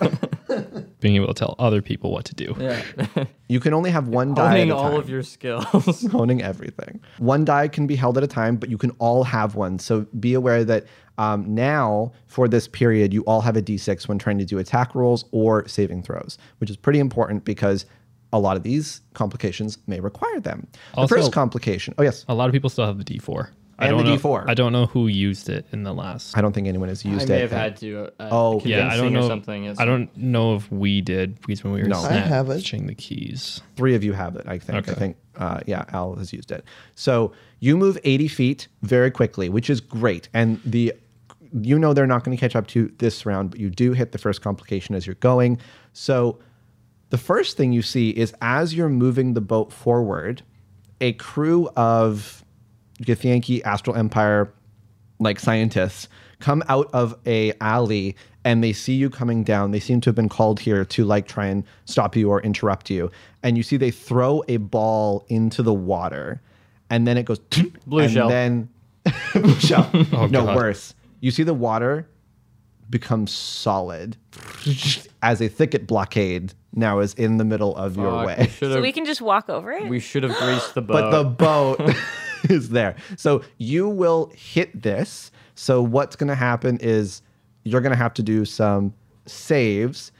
Being able to tell other people what to do.
Yeah.
you can only have one die
Owning
at a
all
time.
of your skills.
owning everything. One die can be held at a time, but you can all have one. So be aware that um, now, for this period, you all have a d6 when trying to do attack rolls or saving throws, which is pretty important because a lot of these complications may require them.
Also-
the first complication. Oh, yes.
A lot of people still have the D4. I
And
don't
the
know,
D4.
I don't know who used it in the last.
I don't think anyone has
I
used
may
it.
have had to. Uh,
Oh,
yeah, I don't
convincing or
know.
Something is-
I don't know if we did because when we were
No.
I have it.
snatching the keys.
Three of you have it, I think. I think, uh, yeah, Al has used it. So you move 80 feet very quickly, which is great. And the, you know, they're not going to catch up to you this round, but you do hit the first complication as you're going. So the first thing you see is as you're moving the boat forward, a crew of Githyanki Astral Empire like scientists come out of a alley and they see you coming down they seem to have been called here to like try and stop you or interrupt you and you see they throw a ball into the water and then it goes
Blue
and
shell.
then blue shell no
God.
worse you see the water become solid as a thicket blockade now is in the middle of your
Fuck,
way
so
We
we can just walk over it?
should have greased the
but
boat.
the boat is there. So you will hit this. So what's going to happen is you're going to have to do some saves,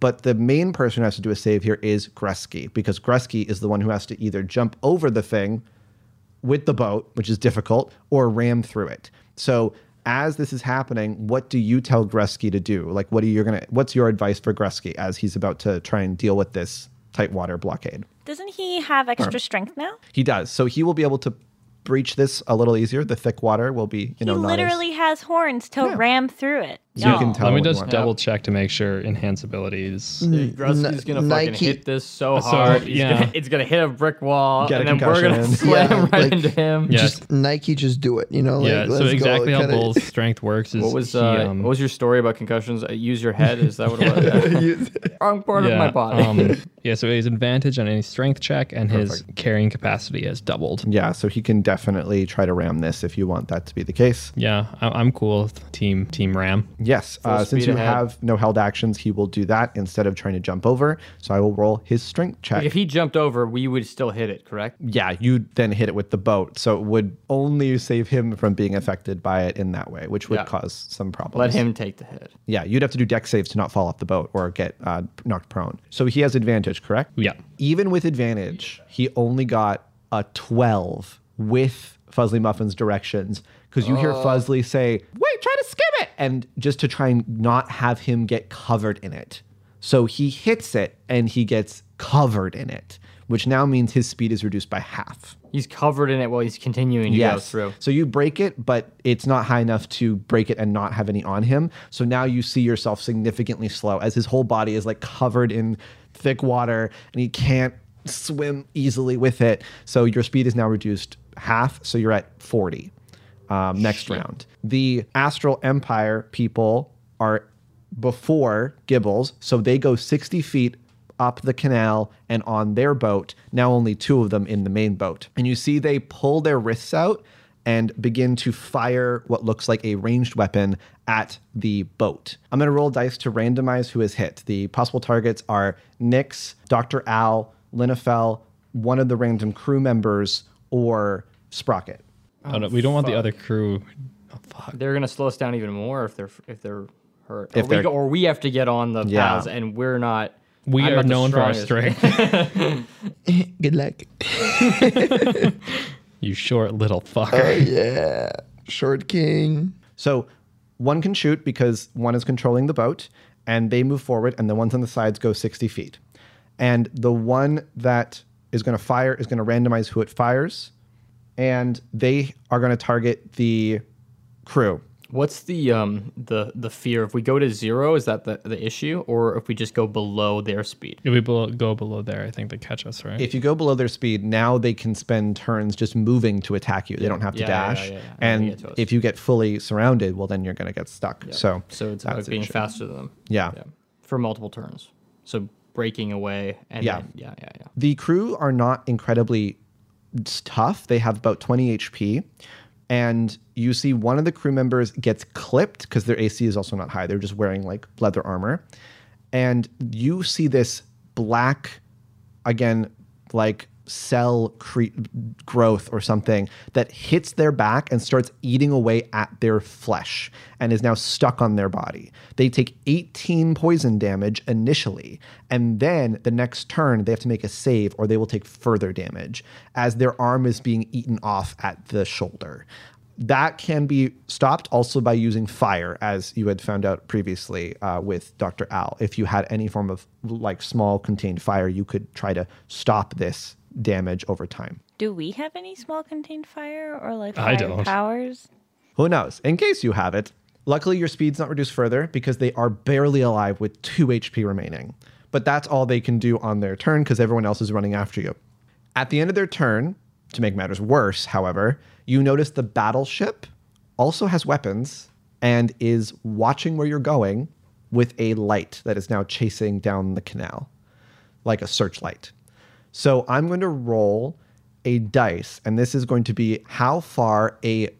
but the main person who has to do a save here is Gresky because Gresky is the one who has to either jump over the thing with the boat, which is difficult, or ram through it. So as this is happening, what do you tell Gresky to do? Like, what are you gonna? What's your advice for Gresky as he's about to try and deal with this tight water blockade?
Doesn't he have extra strength now?
He does, so he will be able to breach this a little easier. The thick water will be, you know,
he
not as-
literally has horns to ram through it.
You
Y'all.
can tell
Let me
what you
just
want.
double check to make sure enhance abilities.
Grusky's gonna fucking
Nike-
hit this so hard. He's
yeah.
gonna, it's gonna hit a brick wall,
Get a
and then we're gonna
concussion.
slam
Yeah,
right
like-
into him.
Yes.
Just Nike, just do it. You know, like,
yeah.
let's
So exactly
go.
how
kinda-
Bull's strength works is
What was
he,
uh,
um,
what was your story about concussions? Uh, use your head. Is that what it was? Yeah. Wrong part of my body.
um, yeah, so he has advantage on any strength check, and his carrying capacity has doubled.
Yeah, so he can definitely try to ram this if you want that to be the case.
Yeah, I- I'm cool. with Team Team Ram.
Yes, uh, since
speed
you
ahead.
have no held actions, he will do that instead of trying to jump over. So I will roll his strength check.
if he jumped over, we would still hit it, correct?
yeah, you then hit it with the boat, so it would only save him from being affected by it in that way, which would
Yeah.
cause some problems.
Let him take the hit.
Yeah, you'd have to do deck saves to not fall off the boat or get uh, knocked prone. So he has advantage, correct?
Yeah.
Even with advantage, he only got a 12 with Fuzzly Muffin's directions because you hear Fuzzly say, wait, try to skim it. And just to try and not have him get covered in it. So he hits it and he gets covered in it, which now means his speed is reduced by half.
He's covered in it while he's continuing to go through.
So you break it, but it's not high enough to break it and not have any on him. So now you see yourself significantly slow as his whole body is like covered in thick water and he can't swim easily with it. So your speed is now reduced half. So you're at 40 um, next round. The Astral Empire people are before Gibbles. So they go 60 feet up the canal and on their boat, now only two of them in the main boat. And you see they pull their wrists out and begin to fire what looks like a ranged weapon at the boat. I'm going to roll dice to randomize who is hit. The possible targets are Nix, Dr. Al, Linafel, one of the random crew members, or Sprocket.
I don't know, uh, we don't want the other crew. Oh, fuck.
They're gonna slow us down even more if they're if they're hurt.
If
or,
they're-
we, go- or we have to get on the
Yeah.
paths, and we're not.
We
I'm
are
not the
known for our
strongest.
strength.
Good luck.
you short little fucker.
yeah, short king.
So one can shoot because one is controlling the boat, and they move forward, and the ones on the sides go 60 feet. And the one that is going to fire is going to randomize who it fires, and they are going to target the crew.
What's the um the the fear if we go to zero? Is that the the issue, or if we just go below their speed?
If we below, go below there, I think they catch us, right?
If you go below their speed, now they can spend turns just moving to attack you. They don't have to
Yeah, yeah,
dash.
yeah, yeah. I know you get
And
to us.
if you get fully surrounded, well, then you're going to get stuck. So,
So
that's
it's about
the
being
issue.
faster than them.
Yeah.
yeah, for multiple turns. So breaking away and
Yeah.
then- yeah, yeah, yeah.
The crew are not incredibly tough. They have about 20 HP. And you see one of the crew members gets clipped because their AC is also not high. They're just wearing like leather armor. And you see this black, again, like cell cre- growth or something that hits their back and starts eating away at their flesh and is now stuck on their body. They take 18 poison damage initially, and then the next turn they have to make a save or they will take further damage as their arm is being eaten off at the shoulder. That can be stopped also by using fire, as you had found out previously uh, with Dr. Al. If you had any form of like small contained fire, you could try to stop this damage over time.
Do we have any small contained fire or like fire
I don't.
powers?
Who knows? In case you have it. Luckily, your speed's not reduced further because they are barely alive with 2 HP remaining. But that's all they can do on their turn because everyone else is running after you. At the end of their turn, to make matters worse, however, you notice the battleship also has weapons and is watching where you're going with a light that is now chasing down the canal, like a searchlight. So I'm going to roll a dice, and this is going to be how far a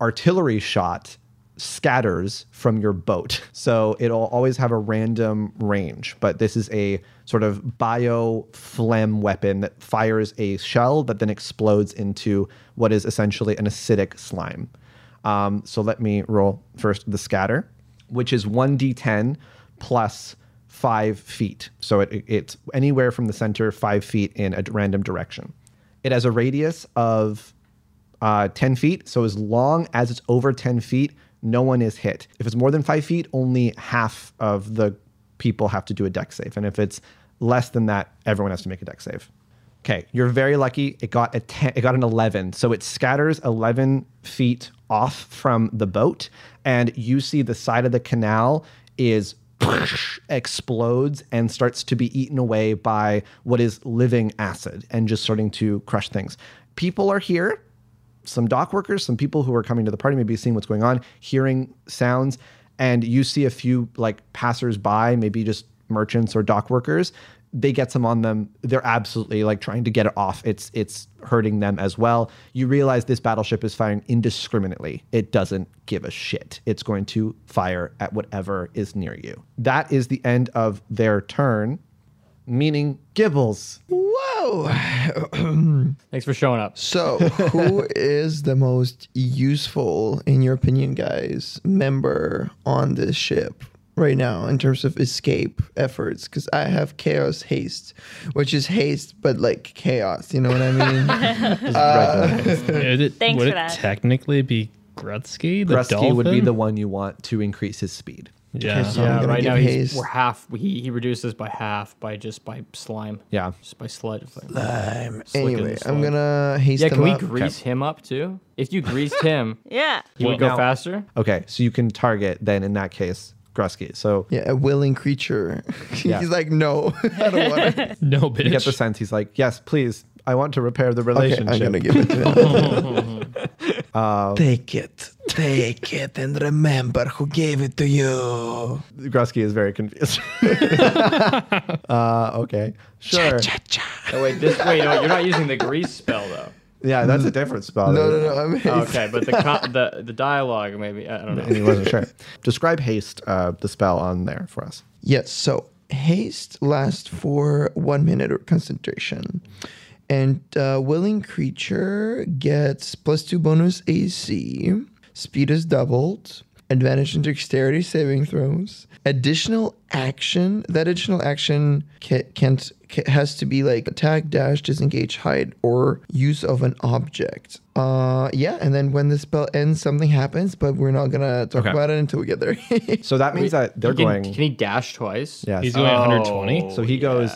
artillery shot scatters from your boat. So it'll always have a random range, but this is a sort of bioflem weapon that fires a shell that then explodes into what is essentially an acidic slime. Um, so let me roll first the scatter, which is 1d10 plus five feet. So it, it's anywhere from the center five feet in a random direction. It has a radius of uh, 10 feet. So as long as it's over 10 feet, no one is hit. If it's more than five feet, only half of the people have to do a deck save. And if it's less than that, everyone has to make a deck save. Okay, you're very lucky. It got a 10, it got an 11. So it scatters 11 feet off from the boat and you see the side of the canal is explodes and starts to be eaten away by what is living acid and just starting to crush things. People are here some dock workers, some people who are coming to the party, maybe seeing what's going on, hearing sounds, and you see a few like passersby, maybe just merchants or dock workers. They get some on them. They're absolutely like trying to get it off. It's it's hurting them as well. You realize this battleship is firing indiscriminately. It doesn't give a shit. It's going to fire at whatever is near you. That is the end of their turn, meaning Gibbles.
Whoa!
Thanks for showing up.
so, who is the most useful, in your opinion, guys, member on this ship right now in terms of escape efforts? Because I have chaos haste, which is haste but like chaos. You know what I mean?
Uh, Is it-
Thanks
would
for
it
that.
technically be Gretzky? The
Rusty would be
dolphin?
the one you want to increase his speed.
Yeah.
so- I'm
Yeah,
gonna
Uh, right
give
now he's,
haste.
we're half. He, he reduced this by half by just by slime.
Yeah.
Just by sludge. It's like- Slick and
anyway, I'm
slime.
gonna haste
Yeah,
them
can we
up.
grease him up too? If you greased him,
Yeah.
he would go
Well, now-
faster.
Okay, so you can target then in that case Grusky. So
yeah, a willing creature.
Yeah.
He's like, no, I don't want it.
No, bitch.
you get the sense he's like, yes, please, I want to repair the
Okay,
relationship. Um,
I'm gonna give it to him.
Take it, take it, and remember who gave it to
Oh,
you.
Grusky is very confused. uh, okay, sure.
Oh wait, this wait, no, you're not using the grease spell though.
Yeah, that's a different spell.
No, no, no. I'm haste.
Okay, but the co- the the dialogue maybe I don't know.
He wasn't sure. Describe haste, uh, the spell on there for us.
Yes, so haste lasts for one minute or concentration. And uh, willing creature gets plus two bonus AC. Speed is doubled. Advantage in dexterity saving throws. Additional action. That additional action ca- can't ca- has to be like attack, dash, disengage, hide, or use of an object. Uh, yeah, and then when the spell ends, something happens, but we're not gonna talk
Okay.
about it until we get there.
So that means that they're
He can,
going.
Can he dash twice?
yes.
He's going 120.
So he goes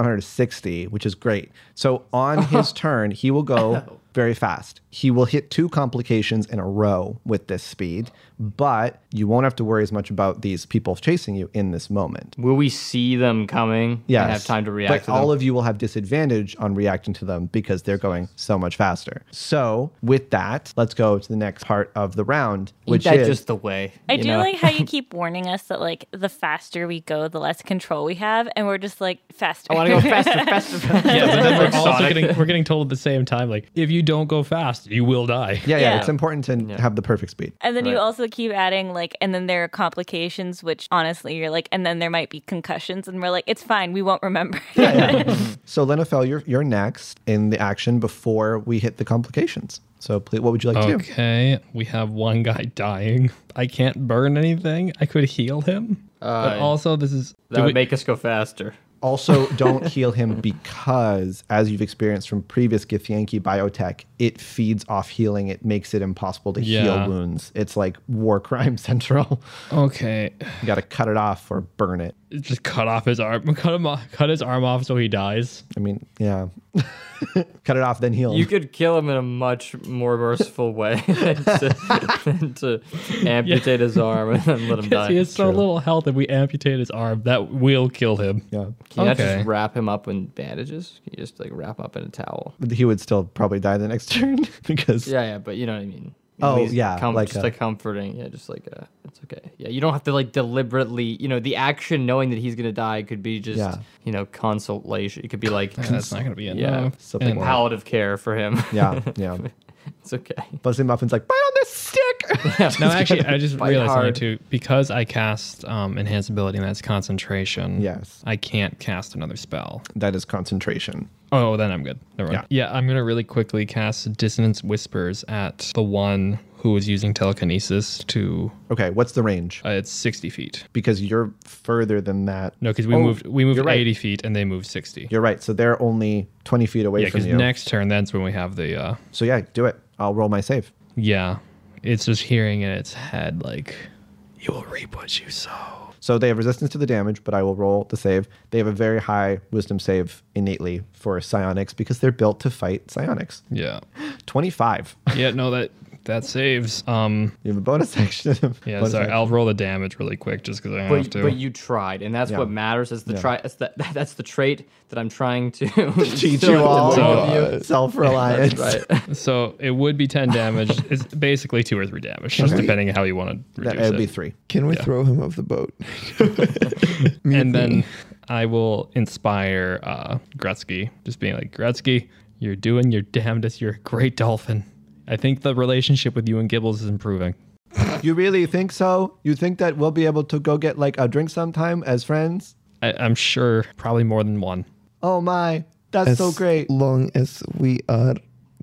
160, which is great. So on his turn, he will go very fast. He will hit two complications in a row with this speed, but you won't have to worry as much about these people chasing you in this moment.
Will we see them coming?
Yes.
And have time to react.
But
to them?
all of you will have disadvantage on reacting to them because they're going so much faster. So with that, let's go to the next part of the round, which
Ain't that
is
just the way.
I
you
do
know?
like how you keep warning us that like the faster we go, the less control we have, and we're just like faster.
I want to go faster, faster, faster.
yeah, but then we're also
Sonic.
getting, we're getting told at the same time, like, if you don't go fast, you will die.
yeah, yeah,
Yeah.
It's important to have the perfect speed.
And then you
Right.
also keep adding like, and then there are complications, which honestly, you're like, and then there might be concussions, and we're like, it's fine, we won't remember.
So Lenafel, you're you're next in the action before we hit the complications. So please, what would you like to do?
Okay, we have one guy dying. I can't burn anything. I could heal him. but also, this is.
Uh, That
do
would
we-
make us go faster.
Also, don't heal him because, as you've experienced from previous Githyanki biotech, it feeds off healing. It makes it impossible to
Yeah.
heal wounds. It's like war crime central.
okay,
you got to cut it off or burn it.
just cut off his arm. Cut him off. Cut his arm off so he dies.
I mean, yeah, cut it off, then heal.
You could kill him in a much more merciful way than to, than to amputate his arm and then let him die.
He has so
True.
little health. If we amputate his arm, that will kill him.
yeah,
Can you not
Okay.
just wrap him up in bandages? Can you just like wrap up in a towel?
he would still probably die the next turn because
Yeah, yeah, but you know what I mean. At
Oh,
least
yeah,
com-
like
just
a-
a, comforting, yeah, just like a, it's okay. Yeah, you don't have to like deliberately, you know, the action knowing that he's gonna die could be just,
Yeah.
you know, consolation. It could be like,
Yeah, that's not gonna be
yeah,
enough.
Something
And-
more.
palliative care for him.
yeah, yeah.
it's okay.
Buzzing Muffin's like, bite on this stick.
no, actually, I just
Bite
realized something
hard.
too. Because I cast um, enhance ability and that's concentration.
Yes.
I can't cast another spell.
that is concentration.
Oh, then I'm good. Never mind. Yeah. I'm gonna really quickly cast dissonance whispers at the one who is using telekinesis to.
Okay, what's the range?
Uh, it's 60 feet.
Because you're further than that.
No, because we moved we moved
Oh, you're right.
80 feet and they moved 60.
You're right. So they're only 20 feet away
yeah,
from
because
you.
next turn that's when we have the. uh
so yeah, do it. I'll roll my save.
Yeah. It's just hearing in its head, like, you will reap what you sow.
So they have resistance to the damage, but I will roll the save. They have a very high wisdom save innately for psionics because they're built to fight psionics.
Yeah.
25.
Yeah, no, that that saves. Um,
You have a bonus action.
yeah,
Bonus
sorry.
action.
I'll roll the damage really quick just because I have
But,
to.
but you tried, and that's
Yeah.
what matters. Is the
Yeah.
try? That's the, that's the trait that I'm trying to teach
you all.
God.
Self reliance.
so it would be 10 damage. it's basically two or three damage, just depending on how you want to reduce
That would
it.
be three.
Can we throw him off the boat?
and then I will inspire uh, Gretzky, just being like, Gretzky, you're doing your damnedest. You're a great dolphin. I think the relationship with you and Gibbles is improving.
You really think so? You think that we'll be able to go get like a drink sometime as friends?
I, I'm sure probably more than one.
Oh my, that's so
As
great.
long as we are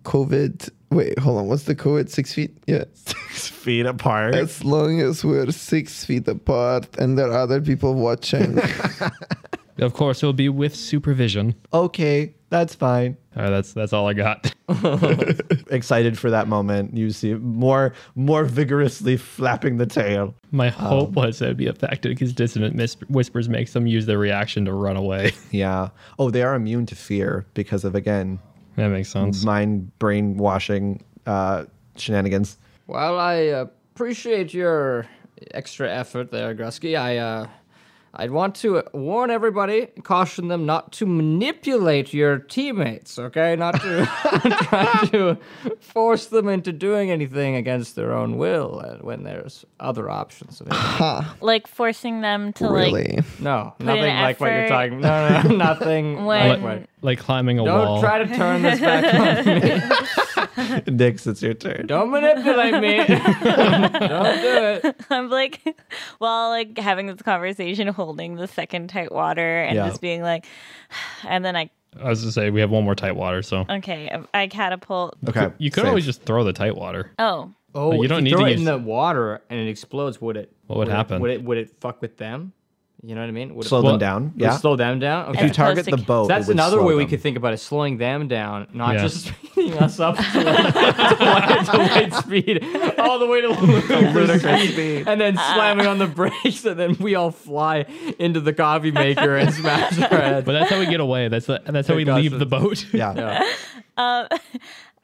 COVID. Wait, hold on. What's the COVID? Six feet? Yeah.
Six feet apart.
As long as we're six feet apart and there are other people watching.
Of course, it'll be with supervision.
okay, that's fine.
All right, that's that's all I got.
Excited for that moment. You see more more vigorously flapping the tail.
My
Um,
hope was that would be affected because dissonant mis- whispers makes them use their reaction to run away.
Yeah. Oh, they are immune to fear because of again
that makes
Mm,
sense.
mind brainwashing uh, shenanigans.
Well, I appreciate your extra effort there, Grusky. I, uh, I'd want to warn everybody, caution them not to manipulate your teammates, okay? Not to try to force them into doing anything against their own will uh, when there's other options available.
Like forcing them to like
really?
No,
in
nothing like what you're
effort.
talking No, no, nothing like
When-
what.
Like climbing a
Don't
wall.
try to turn this back on me.
Nix, it's your turn.
Don't manipulate me. Don't do it.
I'm like while like having this conversation, holding the second tight water and
Yeah.
just being like and then I
I was gonna say we have one more tight water, so
okay, um, I- I catapult
Okay.
you could
safe.
always just throw the tight water.
oh.
Oh,
you
if
don't need
throw
to
it
use-
in the water and it explodes. Would it?
What would
it-
happen?
Would it? Would it fuck with them? You know what I mean? Would
slow
it,
them
Well,
down.
would it
Yeah.
slow them
if
down.
you
Okay.
As opposed
target
to
the
ca-
boat,
So that's
it would
another
slow
way we
them.
could think about it: slowing them down, not
Yeah.
just speeding us up to like, to light speed, all the way to ludicrous speed, and then slamming on the brakes, and then we all fly into the coffee maker and smash our heads.
But that's how we get away. That's the, that's how we
gosh,
leave the boat.
Yeah.
Yeah.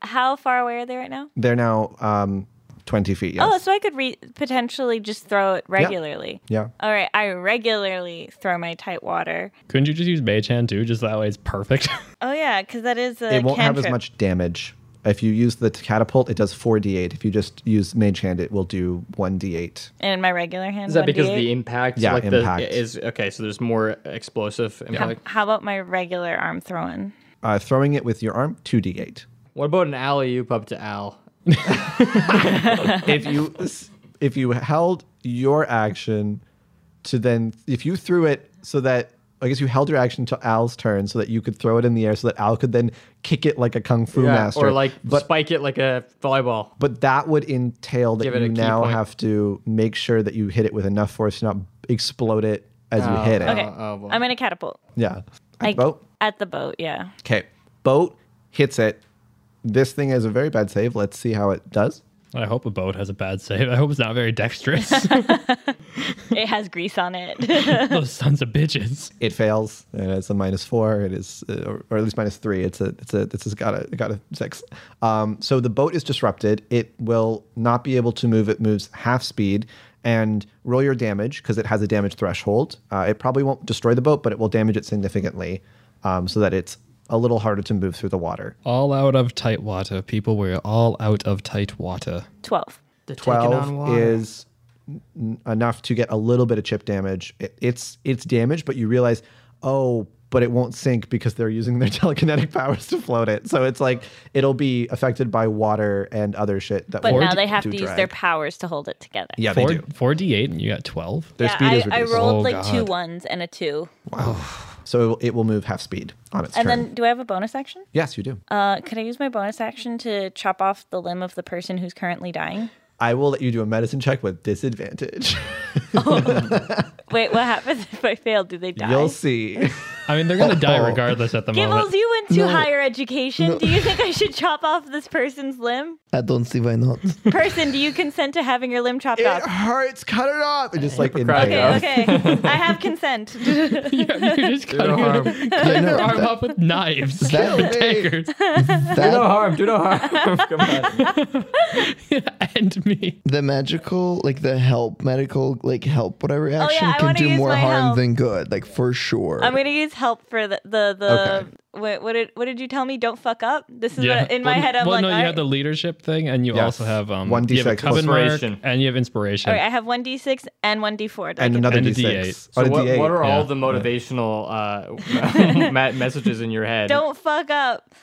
How far away are they right now?
They're now um, 20 feet. Yes.
Oh, so I could re- potentially just throw it regularly.
yeah.
All right, I regularly throw my tight water.
Couldn't you just use mage hand too? Just that way, it's perfect.
Oh yeah, because that is a
it won't have as
cantrip.
much damage. If you use the catapult, it does 4d8. If you just use mage hand, it will do 1d8.
in my regular hand.
Is that because of
1d8?
the impact?
Yeah,
like the-
impact.
is okay. So there's more explosive impact.
How about my regular arm throwing?
Uh, throwing it with your arm, 2d8.
What about an alley oop up to Al?
If you if you held your action to then if you threw it so that I guess you held your action until Al's turn so that you could throw it in the air so that Al could then kick it like a kung fu master.
Or like
but
spike it like a volleyball.
but that would entail that
Give it
you
a key
now
point.
have to make sure that you hit it with enough force to not explode it as you hit it.
Okay,
oh, boy.
I'm gonna catapult.
Yeah. At
I-
the boat.
At the boat, yeah.
Okay. Boat hits it. This thing is a very bad save. Let's see how it does.
I hope a boat has a bad save. I hope it's not very dexterous.
It has grease on it.
Those sons of bitches.
It fails. and It's a minus four. It is, uh, or- or at least minus three. It's a, it's a, it's a, got a, it got a six. Um, so the boat is disrupted. It will not be able to move. It moves half speed and roll your damage because it has a damage threshold. Uh, it probably won't destroy the boat, but it will damage it significantly um, so that it's a little harder to move through the water.
All out of tight water, people. We're all out of tight water.
Twelve.
12 is n- enough to get a little bit of chip damage. It, it's it's damage, but you realize, oh, but it won't sink because they're using their telekinetic powers to float it. So it's like it'll be affected by water and other shit that.
But
will
now
do
they have to use
drag.
their powers to hold it together.
Yeah, they
Four,
do.
four d8, and you got twelve.
Their
Yeah,
speed is
I, I
reduced,
rolled
Oh,
like two
God.
ones and a two.
so it will, it will move half speed on its
And
turn.
then do I have a bonus action?
yes, you do.
Uh, could I use my bonus action to chop off the limb of the person who's currently dying?
I will let you do a medicine check with disadvantage.
Wait, what happens if I fail? Do they die?
You'll see.
I mean, they're gonna die regardless at the
Gibbles,
moment.
you went to
No.
higher education. Do you think I should chop off this person's limb?
I don't see why not.
Person, do you consent to having your limb chopped
It
off?
hurts. Cut it off. And just like in
Hypocrite.
pain.
Okay,
Yeah.
okay. I have consent.
You're just cutting your
harm.
arm, cutting your
no,
arm
that-
up with knives
that-
and daggers.
Do no
That-
harm. Do no harm. Come on.
and me.
the magical, like the help, medical, like help, whatever action
Oh, I
can
wanna
do
use
more
my
harm
help.
than good, like for sure.
I'm gonna use help for the the, the
Okay.
wait, what did what did you tell me? Don't fuck up. This is what, in my
Well,
head. I'm
well,
like,
no, you
all right.
have the leadership thing, and you
Yes.
also have um,
1d6
you have a
plus-
coven mark,
Inspiration.
and you have inspiration.
all right, I have one d6 and one d4.
And another
And a
D6.
D8.
Or
So
a
what,
D8.
what are
Yeah.
all the motivational uh, ma- messages in your head?
Don't fuck up.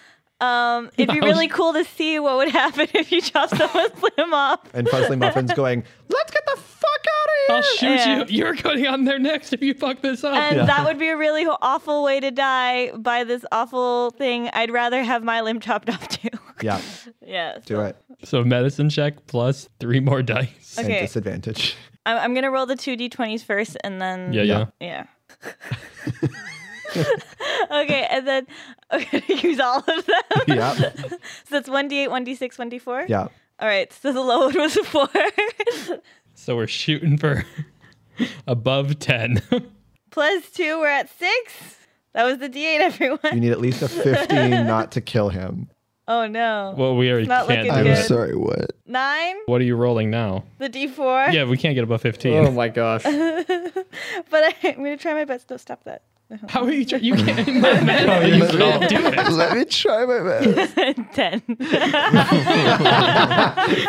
Um, it'd be really cool to see what would happen if you chopped someone's limb off.
and Fuzzly Muffin's going, let's get the fuck out
Oh,
I'll
of here.
shoot
Yeah.
you. You're going on there next if you fuck this up.
And that would be a really awful way to die by this awful thing. I'd rather have my limb chopped off too.
yeah,
yeah.
do it.
So medicine check plus three more dice.
Okay.
And disadvantage.
I'm, I'm gonna roll the two d20s first, and then
Yeah, yeah.
Yeah. okay, and then okay, use all of them.
yeah.
So that's 1d8, 1d6, 1d4?
Yeah.
All right, so the low one was a 4.
So we're shooting for above ten.
Plus 2, we're at 6. That was the d8, everyone.
You need at least a 15 not to kill him.
Oh no.
well, we already
Not
can't do
looking
I'm
good.
it.
sorry, what?
9,
What are you rolling now?
the d4.
Yeah, we can't get above fifteen.
Oh my gosh.
But I, I'm going to try my best. Don't stop that.
How are you? Try- you can't. Not medical, you can't do it.
Let me try my best.
10.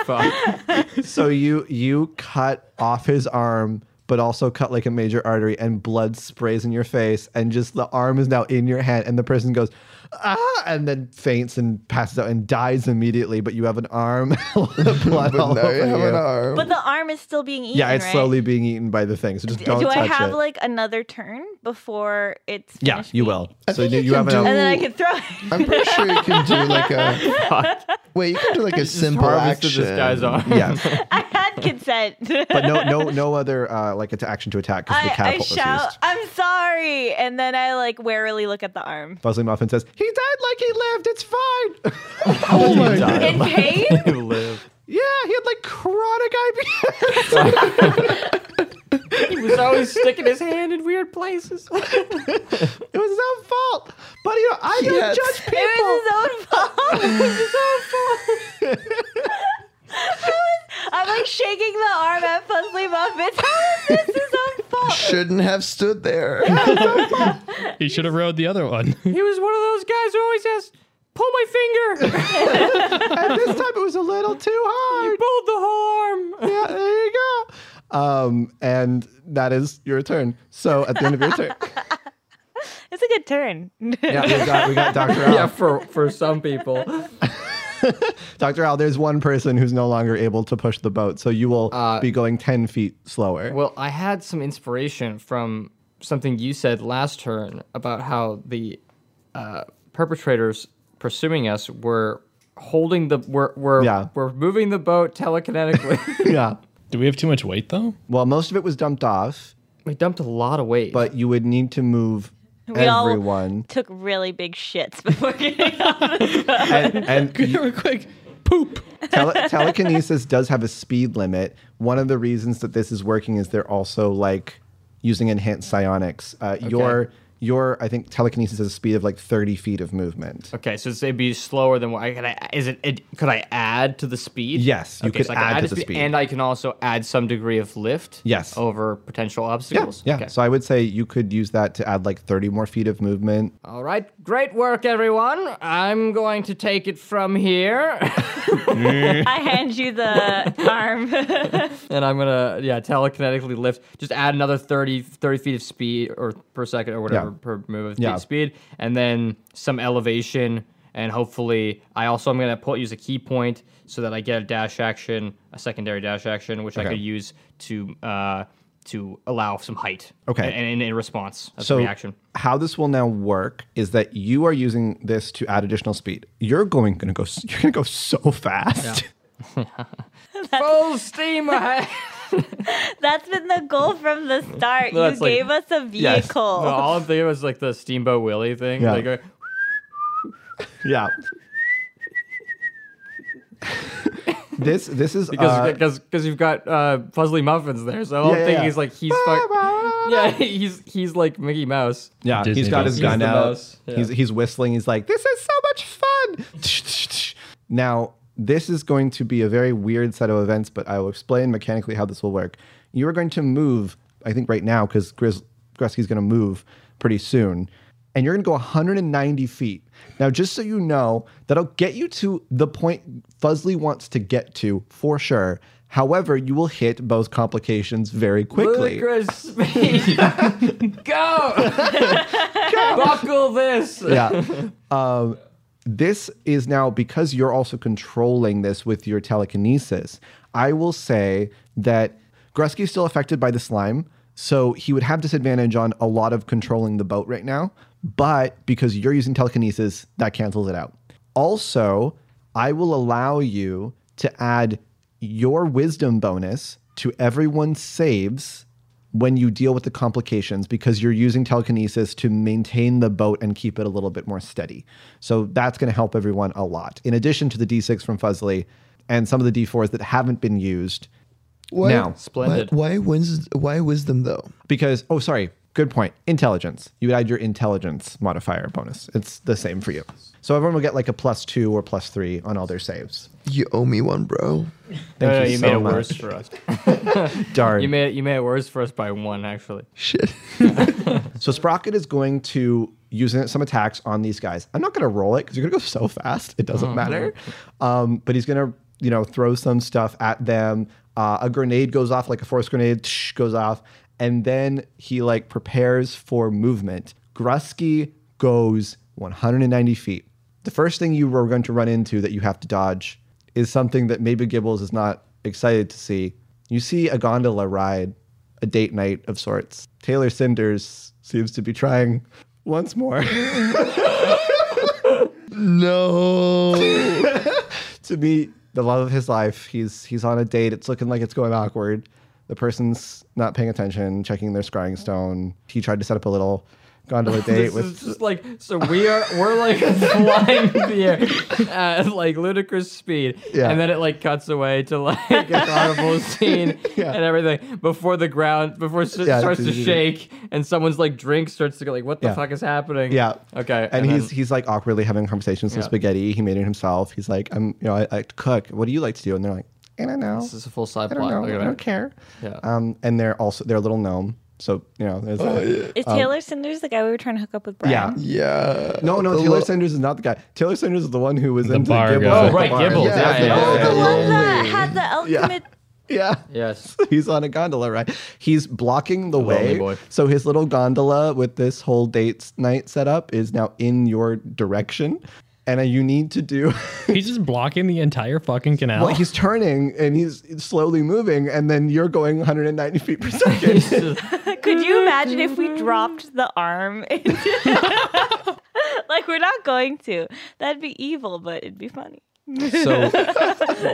Fuck.
So you you cut off his arm, but also cut like a major artery, and blood sprays in your face, and just the arm is now in your hand, and the person goes ah, and then faints and passes out and dies immediately. But you have an arm, with blood all
But now you
over
have
you.
an arm.
But the arm is still being eaten.
Yeah, it's
right?
slowly being eaten by the thing. So just don't
Do
touch
I have
it.
like another turn before it's.
yeah,
finished
you
being-
will.
I
So
think
you,
you
you have
can
an
do-
And then I can throw it.
I'm pretty sure you can do like a wait. You can do like a simple
Harvested
action.
this guy's arm.
yeah,
I had consent.
but no, no, no other uh, like it's action to attack because the
I, I
catapult was
shout,
used.
I'm sorry. And then I like warily look at the arm.
Buzzing Muffin says he died like he lived. It's fine.
Oh my god!
In pain?
You live.
yeah, he had like chronic IBS.
He was always sticking his hand in weird places.
It was his own fault. But you know, I don't
Yes.
judge people.
It was his own fault. It was his own fault. I'm like shaking the arm at Fuzzly Muffins. How is this his own fault?
Shouldn't have stood there.
He should have rode the other one.
He was one of those guys who always says, "Pull my finger."
And this time it was a little too hard.
Pulled the whole arm.
yeah, there you go. Um, and that is your turn. So at the end of your turn,
It's a good turn.
yeah, we got we got Doctor Al.
Yeah, for for some people.
Doctor Al, there's one person who's no longer able to push the boat, so you will
Uh,
be going ten feet slower.
Well, I had some inspiration from something you said last turn about how the uh, perpetrators pursuing us were holding the were were,
Yeah.
were moving the boat telekinetically.
yeah.
Do we have too much weight though?
Well, most of it was dumped off,
we dumped a lot of weight.
but you would need to move
We all-
everyone.
Took really big shits before getting off.
and and you-
Real quick, poop.
Tele- telekinesis does have a speed limit. One of the reasons that this is working is they're also like using enhanced psionics. Uh, Your your I think telekinesis has a speed of like thirty feet of movement.
okay, so it'd be slower than what I could. I, is it, it? Could I add to the speed?
Yes, you could
I can
add to the
spe-
speed.
and I can also add some degree of lift.
Yes.
over potential
Yeah,
obstacles.
yeah.
Okay.
So I would say you could use that to add like thirty more feet of movement.
All right, great work, everyone. I'm going to take it from here,
I hand you the arm.
and I'm gonna yeah telekinetically lift. Just add another 30, 30 feet of speed or per second or whatever
Yeah.
per move of
Yeah.
feet speed, and then some elevation. And hopefully, I also am gonna pull, use a key point so that I get a dash action, a secondary dash action, which I
Okay.
could use to uh, to allow some height.
Okay.
and, and in response as
So
a reaction.
how this will now work is that you are using this to add additional speed. You're going going to go. s- You're going to go so fast.
Full steam ahead.
That's been the goal from the start.
No,
you
that's like-
gave us a
Yes.
No,
vehicle.
all I'm thinking was like the Steamboat Willie thing.
Oh. Yeah.
Like, uh,
Yeah. this this is
because
uh,
because because you've got uh, Puzzly Muffins there, so all
Yeah,
I'm
yeah,
thinking
yeah.
is like he's fuck. Yeah, he's he's like Mickey Mouse.
Yeah,
Disney
he's got his
He's
gun
the
out.
mouse, yeah.
He's he's whistling. He's like, "This is so much fun." now, this is going to be a very weird set of events, but I will explain mechanically how this will work. You are going to move, I think, right now because Grizz Gresky's going to move pretty soon, and you're going to go 190 feet. Now, just so you know, that'll get you to the point Fuzzly wants to get to for sure. However, you will hit both complications very quickly.
Ludicrous speed. Go. Buckle this.
yeah. Um, this is now because you're also controlling this with your telekinesis. I will say that Grusky is still affected by the slime, so he would have disadvantage on a lot of controlling the boat right now. But because you're using telekinesis, that cancels it out. Also, I will allow you to add your wisdom bonus to everyone's saves when you deal with the complications because you're using telekinesis to maintain the boat and keep it a little bit more steady. So that's going to help everyone a lot. In addition to the D6 from Fuzzly and some of the D4s that haven't been used
Why,
now.
why,
Splendid.
why, wins, why wisdom though?
Because, oh, sorry, good point. Intelligence. You would add your intelligence modifier bonus. It's the same for you. So everyone will get like a plus two or plus three on all their saves.
You owe me one, bro.
Thank
No, no,
you,
you
so
made it
much.
worse for us.
Darn.
You made it, you made it worse for us by one actually.
Shit.
So Sprocket is going to use some attacks on these guys. I'm not going to roll it because you're going to go so fast. It doesn't matter. Um, but he's going to, you know, throw some stuff at them. Uh, a grenade goes off, like a force grenade tsh, goes off. And then he like prepares for movement. Grusky goes 190 feet. The first thing you were going to run into that you have to dodge is something that maybe Gibbles is not excited to see. You see a gondola ride a date night of sorts. Taylor Cinders seems to be trying once more
No.
to meet the love of his life. He's he's on a date. It's looking like it's going awkward. The person's not paying attention, checking their scrying stone. He tried to set up a little gondola date
This
with
is just like so we are we're like flying through the air at like ludicrous speed,
Yeah.
and then it like cuts away to like a carnival scene
Yeah.
and everything before the ground before it
Yeah,
starts to
it's-
shake and someone's like drink starts to go like what the
Yeah.
fuck is happening?
Yeah.
Okay.
And, he's
then-
he's like awkwardly having conversations with
Yeah.
spaghetti. He made it himself. He's like, I'm you know, I, I cook. What do you like to do? And they're like, I don't know.
this is a full side
I don't
plot.
know.
Look at
I
that.
don't care.
Yeah. Oh,
Um, and they're also they're a little gnome. So you know, there's that.
Is Taylor Cinders the guy we were trying to hook up with Brian?
yeah.
Yeah.
No, no,
The
Taylor
lo-
Sanders is not the guy. Taylor Sanders is the one who was
The
into
bar
Gibbles.
guy.
at
Oh,
the
right,
bar.
Gibbles.
Yeah,
Yeah,
yeah,
yeah,
yeah,
Oh,
yeah,
the
yeah.
one that had the ultimate.
Yeah.
Yes.
He's on a gondola, right? He's blocking the way.
boy.
So his little gondola with this whole date night setup is now in your direction. And uh, you need to do.
He's just blocking the entire fucking canal.
Well, he's turning and he's slowly moving, and then you're going 190 feet per second.
Could you imagine if we dropped the arm? into- like we're not going to. That'd be evil, but it'd be funny.
So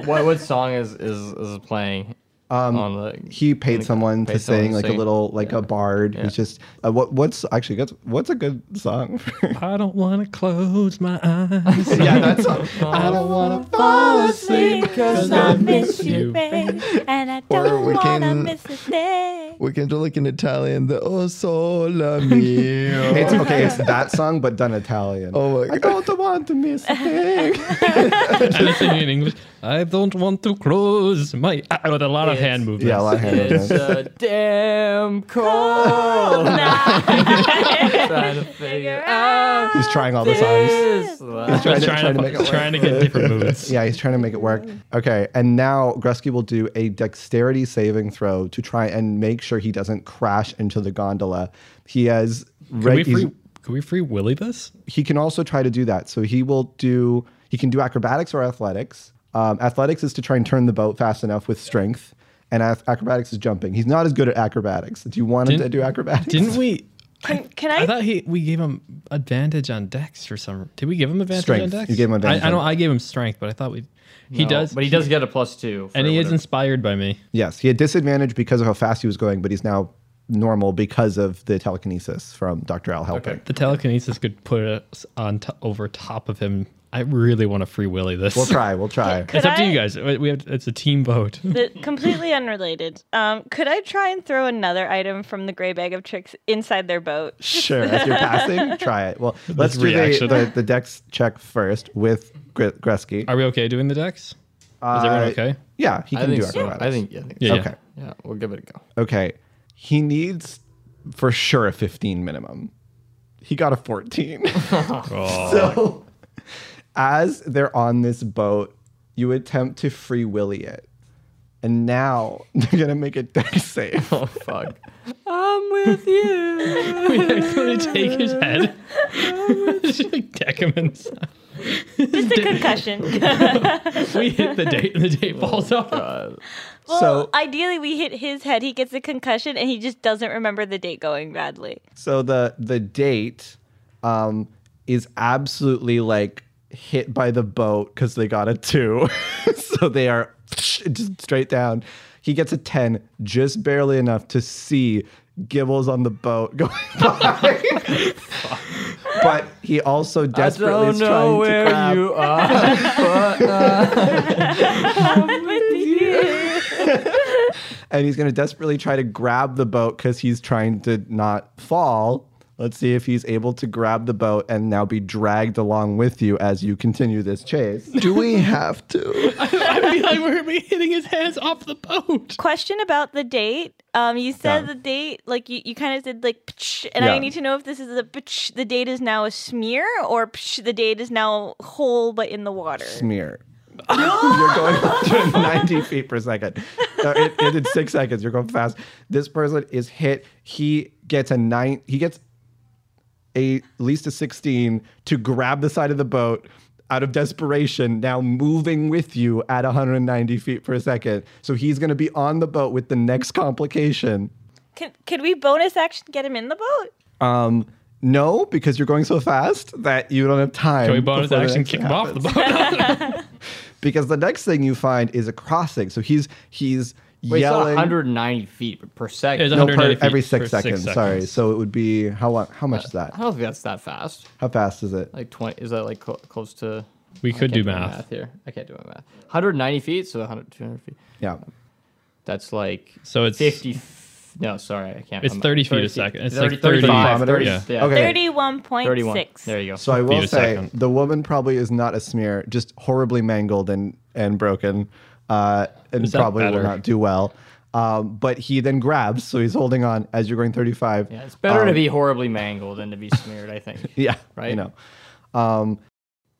what what song is is, is playing on the
he paid someone
paid
to
someone
sing
to
like a
sing.
little, like a bard. He's just uh, what? What's actually that's, what's a good song? for-
I don't want to close my eyes.
yeah, that's. I don't wanna
fall asleep because I miss
you.
you, babe. And I
Or
don't
we
want to
can-
miss a day.
We can do like an Italian, the oh sola mio.
It's okay. It's that song, but done Italian.
Oh my
I don't want to miss a thing.
And it's in English. I don't want to close my. Uh, with a lot of
It's-
hand movements.
yeah, a lot of hand
It's
movements.
a damn cold night. trying to figure out
He's trying all the songs.
this.
Just
Trying to-
trying, to,
trying to make it
trying to get different moods.
Yeah, he's trying to make it work. Okay, and now Grusky will do a dexterity saving throw to try and make sure he doesn't crash into the gondola. He has
Can
red.
we
he's-
free? Can we free Willy this?
He can also try to do that. So he will do. He can do acrobatics or athletics. Um, athletics is to try and turn the boat fast enough with strength, and ac- acrobatics is jumping. He's not as good at acrobatics. Do you want him
Didn't-
to do acrobatics?
Didn't we?
Can, can
I
I?
thought he we gave him advantage on dex for some. Did we give him advantage on
Strength.
dex?
You gave him advantage
I, I know
on-
I gave him strength, but I thought we. He
No,
does,
but he does get a plus two. for
and he is
whatever.
inspired by me.
Yes, he had disadvantage because of how fast he was going, but he's now normal because of the telekinesis from Dr. Al helping.
The telekinesis could put us on t- over top of him. I really want to free willy this.
We'll try. We'll try.
Could
it's up to
I-
you guys. We we have it's a team vote.
The, completely unrelated. Um, could I try and throw another item from the gray bag of tricks inside their boat?
sure. If you're passing, try it. Well, let's do the,
reaction.
the, the dex check first with Gre- Gresky.
Are we okay doing the dex? Is everyone
Uh,
okay?
Yeah, he
I
can do
think
acrobatics.
so. I think. Yeah, I think
Yeah,
so.
yeah.
Okay.
Yeah, we'll give it a go.
Okay. He needs for sure a 15 minimum. He got a 14. So as they're on this boat, you attempt to free willy it. And now they're gonna make a deck save.
Oh fuck! I'm with you.
I'm gonna take his head. Just like deck him inside.
Just a concussion.
We hit the date, and the date
Oh
falls off.
well,
So-
ideally, we hit his head. He gets a concussion, and he just doesn't remember the date going badly.
So the the date um, is absolutely like hit by the boat because they got a two, so they are just straight down. He gets a ten, just barely enough to see Gibbles on the boat going by. but he also desperately is trying to grab.
are.
and he's going to desperately try to grab the boat because he's trying to not fall. Let's see if he's able to grab the boat and now be dragged along with you as you continue this chase.
Do we have to?
I feel like we're be hitting his hands off the boat.
Question about the date. Um, you said
Yeah.
the date, like you, you kind of said like, psh, and
Yeah.
I need to know if this is a psh, the date is now a smear or psh, the date is now whole but in the water.
Smear. you're going up to 90 feet per second. Uh, it, it, in six seconds, you're going fast. This person is hit. He gets a nine. He gets a, at least a 16 to grab the side of the boat out of desperation, now moving with you at 190 feet per second. So he's going to be on the boat with the next complication.
Can could we bonus action get him in the boat?
Um, no, because you're going so fast that you don't have time.
Joey bonus
before the
action
next
kick
thing
him off the
happens.
boat.
Because the next thing you find is a crossing. So he's he's
Wait, it's not
yelling.
190 feet per second.
It's
No,
190
per,
feet
every
per
six
six
seconds,
seconds.
Sorry. So it would be how long? How much is that?
I don't think that's that fast.
How fast is it?
Uh, Like 20. Is that like cl- close to?
We
I
could
can't
do
my
math.
here. I can't do my math. 190 feet, so 100, 200 feet.
Yeah.
That's like
So it's-
50. f- No, sorry, I can't.
It's
I'm-
30 feet a second. It's like 30
35,
kilometers?
30,
Yeah.
yeah.
Okay.
Thirty-one point
31.
six.
There you go.
So I will
Feet a
say
second.
the woman probably is not a smear, just horribly mangled and and broken, uh, and
Is that
probably will
better?
not do well. Um, but he then grabs, so he's holding on as you're going 35.
yeah, it's better to
um,
be horribly mangled than to be smeared. I think.
Yeah, You
Right.
know.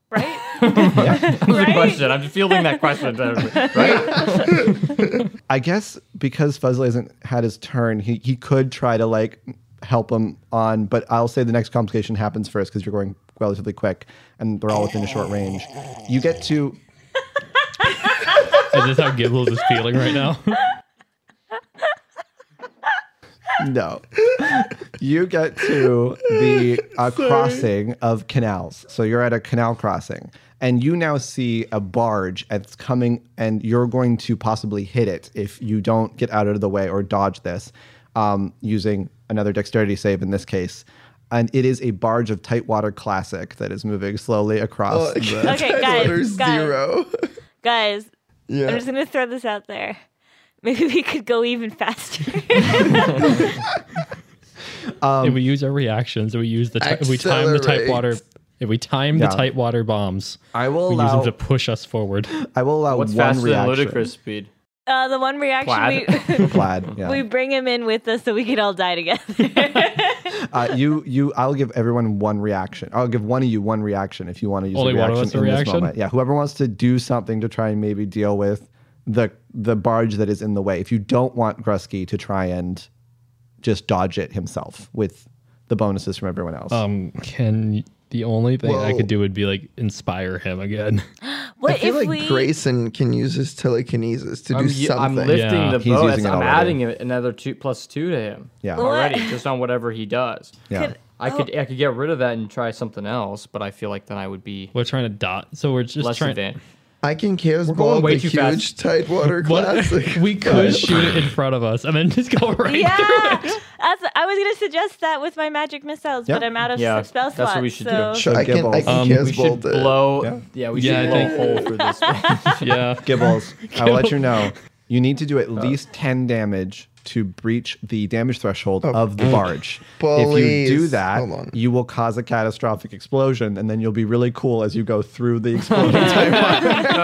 Right?
That was a
Right?
question. I'm fielding that question. Right?
I guess because Fuzzle hasn't had his turn, he, he could try to like help him on, but I'll say the next complication happens first because you're going relatively quick and they're all within a short range. You get to
is this how Gibbles is feeling right now?
no, you get to the uh, crossing of canals. So you're at a canal crossing, and you now see a barge that's coming, and you're going to possibly hit it if you don't get out of the way or dodge this um, using another dexterity save in this case. And it is a barge of Tightwater Classic that is moving slowly across. the-
Okay, guys, guys.
zero.
Guys,
Yeah.
I'm just gonna throw this out there. Maybe we could go even faster.
if we use our reactions, if we use the ti- if we time the tight
Accelerate.
water, if we time
Yeah.
the tight water bombs,
I will
we use
allow.
them to push us forward.
I will allow
What's
one
faster
reaction.
than ludicrous speed?
Uh, the one reaction we,
Plaid, yeah.
we bring him in with us so we could all die together.
Uh, you, you, I'll give everyone one reaction. I'll give one of you one reaction if you want to use
Only
a
one
reaction
of us a
in this
reaction?
moment. Yeah, whoever wants to do something to try and maybe deal with the the barge that is in the way. If you don't want Grusky to try and just dodge it himself with the bonuses from everyone else.
Um, can the only thing I
Whoa.
could do would be like inspire him again.
What
I feel
if
like
we?
Grayson can use his telekinesis to
I'm,
do
y- I'm
something.
lifting
Yeah.
the
He's
boat.
using
That's-
it
I'm
already.
adding a- another two plus two to him.
Yeah. What?
Already, just on whatever he does.
Yeah.
I could I could get rid of that and try something else, but I feel like then I would be
We're trying to dot. So we're just
less
trying.
advanced.
I can chaos
going
ball
way
the
too fast.
huge Tidewater
What?
Classic.
we could shoot it in front of us and then just go right through
Yeah,
it.
that's, I was gonna suggest that with my magic missiles,
Yeah.
but I'm out of
Yeah,
s- spell
that's what
slots.
we should do.
so.
Sure, I can, I
Gibbles.
can
Um,
chaos
We
ball
should
the-
blow.
Yeah.
Yeah, we should
Yeah, I
blow
think-
a hole for this. thing.
Yeah.
Gibbles, I will let you know. You need to do at least 10 damage to breach the damage threshold of the barge. If you do
Oh, Please. Hold
that,
on.
you will cause a catastrophic explosion, and then you'll be really cool as you go through the explosion.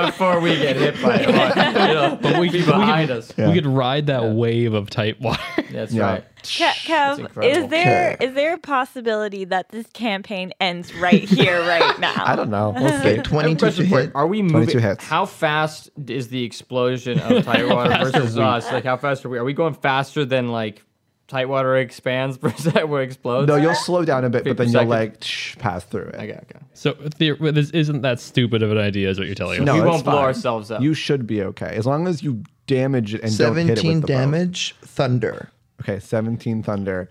before we get hit by it. But, you know, but we be behind us.
We could ride that wave of type water.
That's
Yeah.
right.
Ke- Kev,
incredible.
is there
Okay.
is there a possibility that this campaign ends right here, right now?
I don't know. We'll see.
Okay, 22 to
Question for you.
hit.
Are we
22
moving?
hits.
How fast is the explosion of Tightwater versus us? Like, how fast are we? Are we going faster than like Tightwater expands versus Tightwater explodes?
No, you'll slow down a bit, but then you'll
Seconds.
like tsh, pass through it.
Okay, okay.
So the, well, this isn't that stupid of an idea, is what you're telling us.
No,
we
it's
won't blow
fine.
ourselves up.
You should be okay as long as you damage it and don't hit it
17
with the bow.
damage, thunder.
Okay, 17 thunder.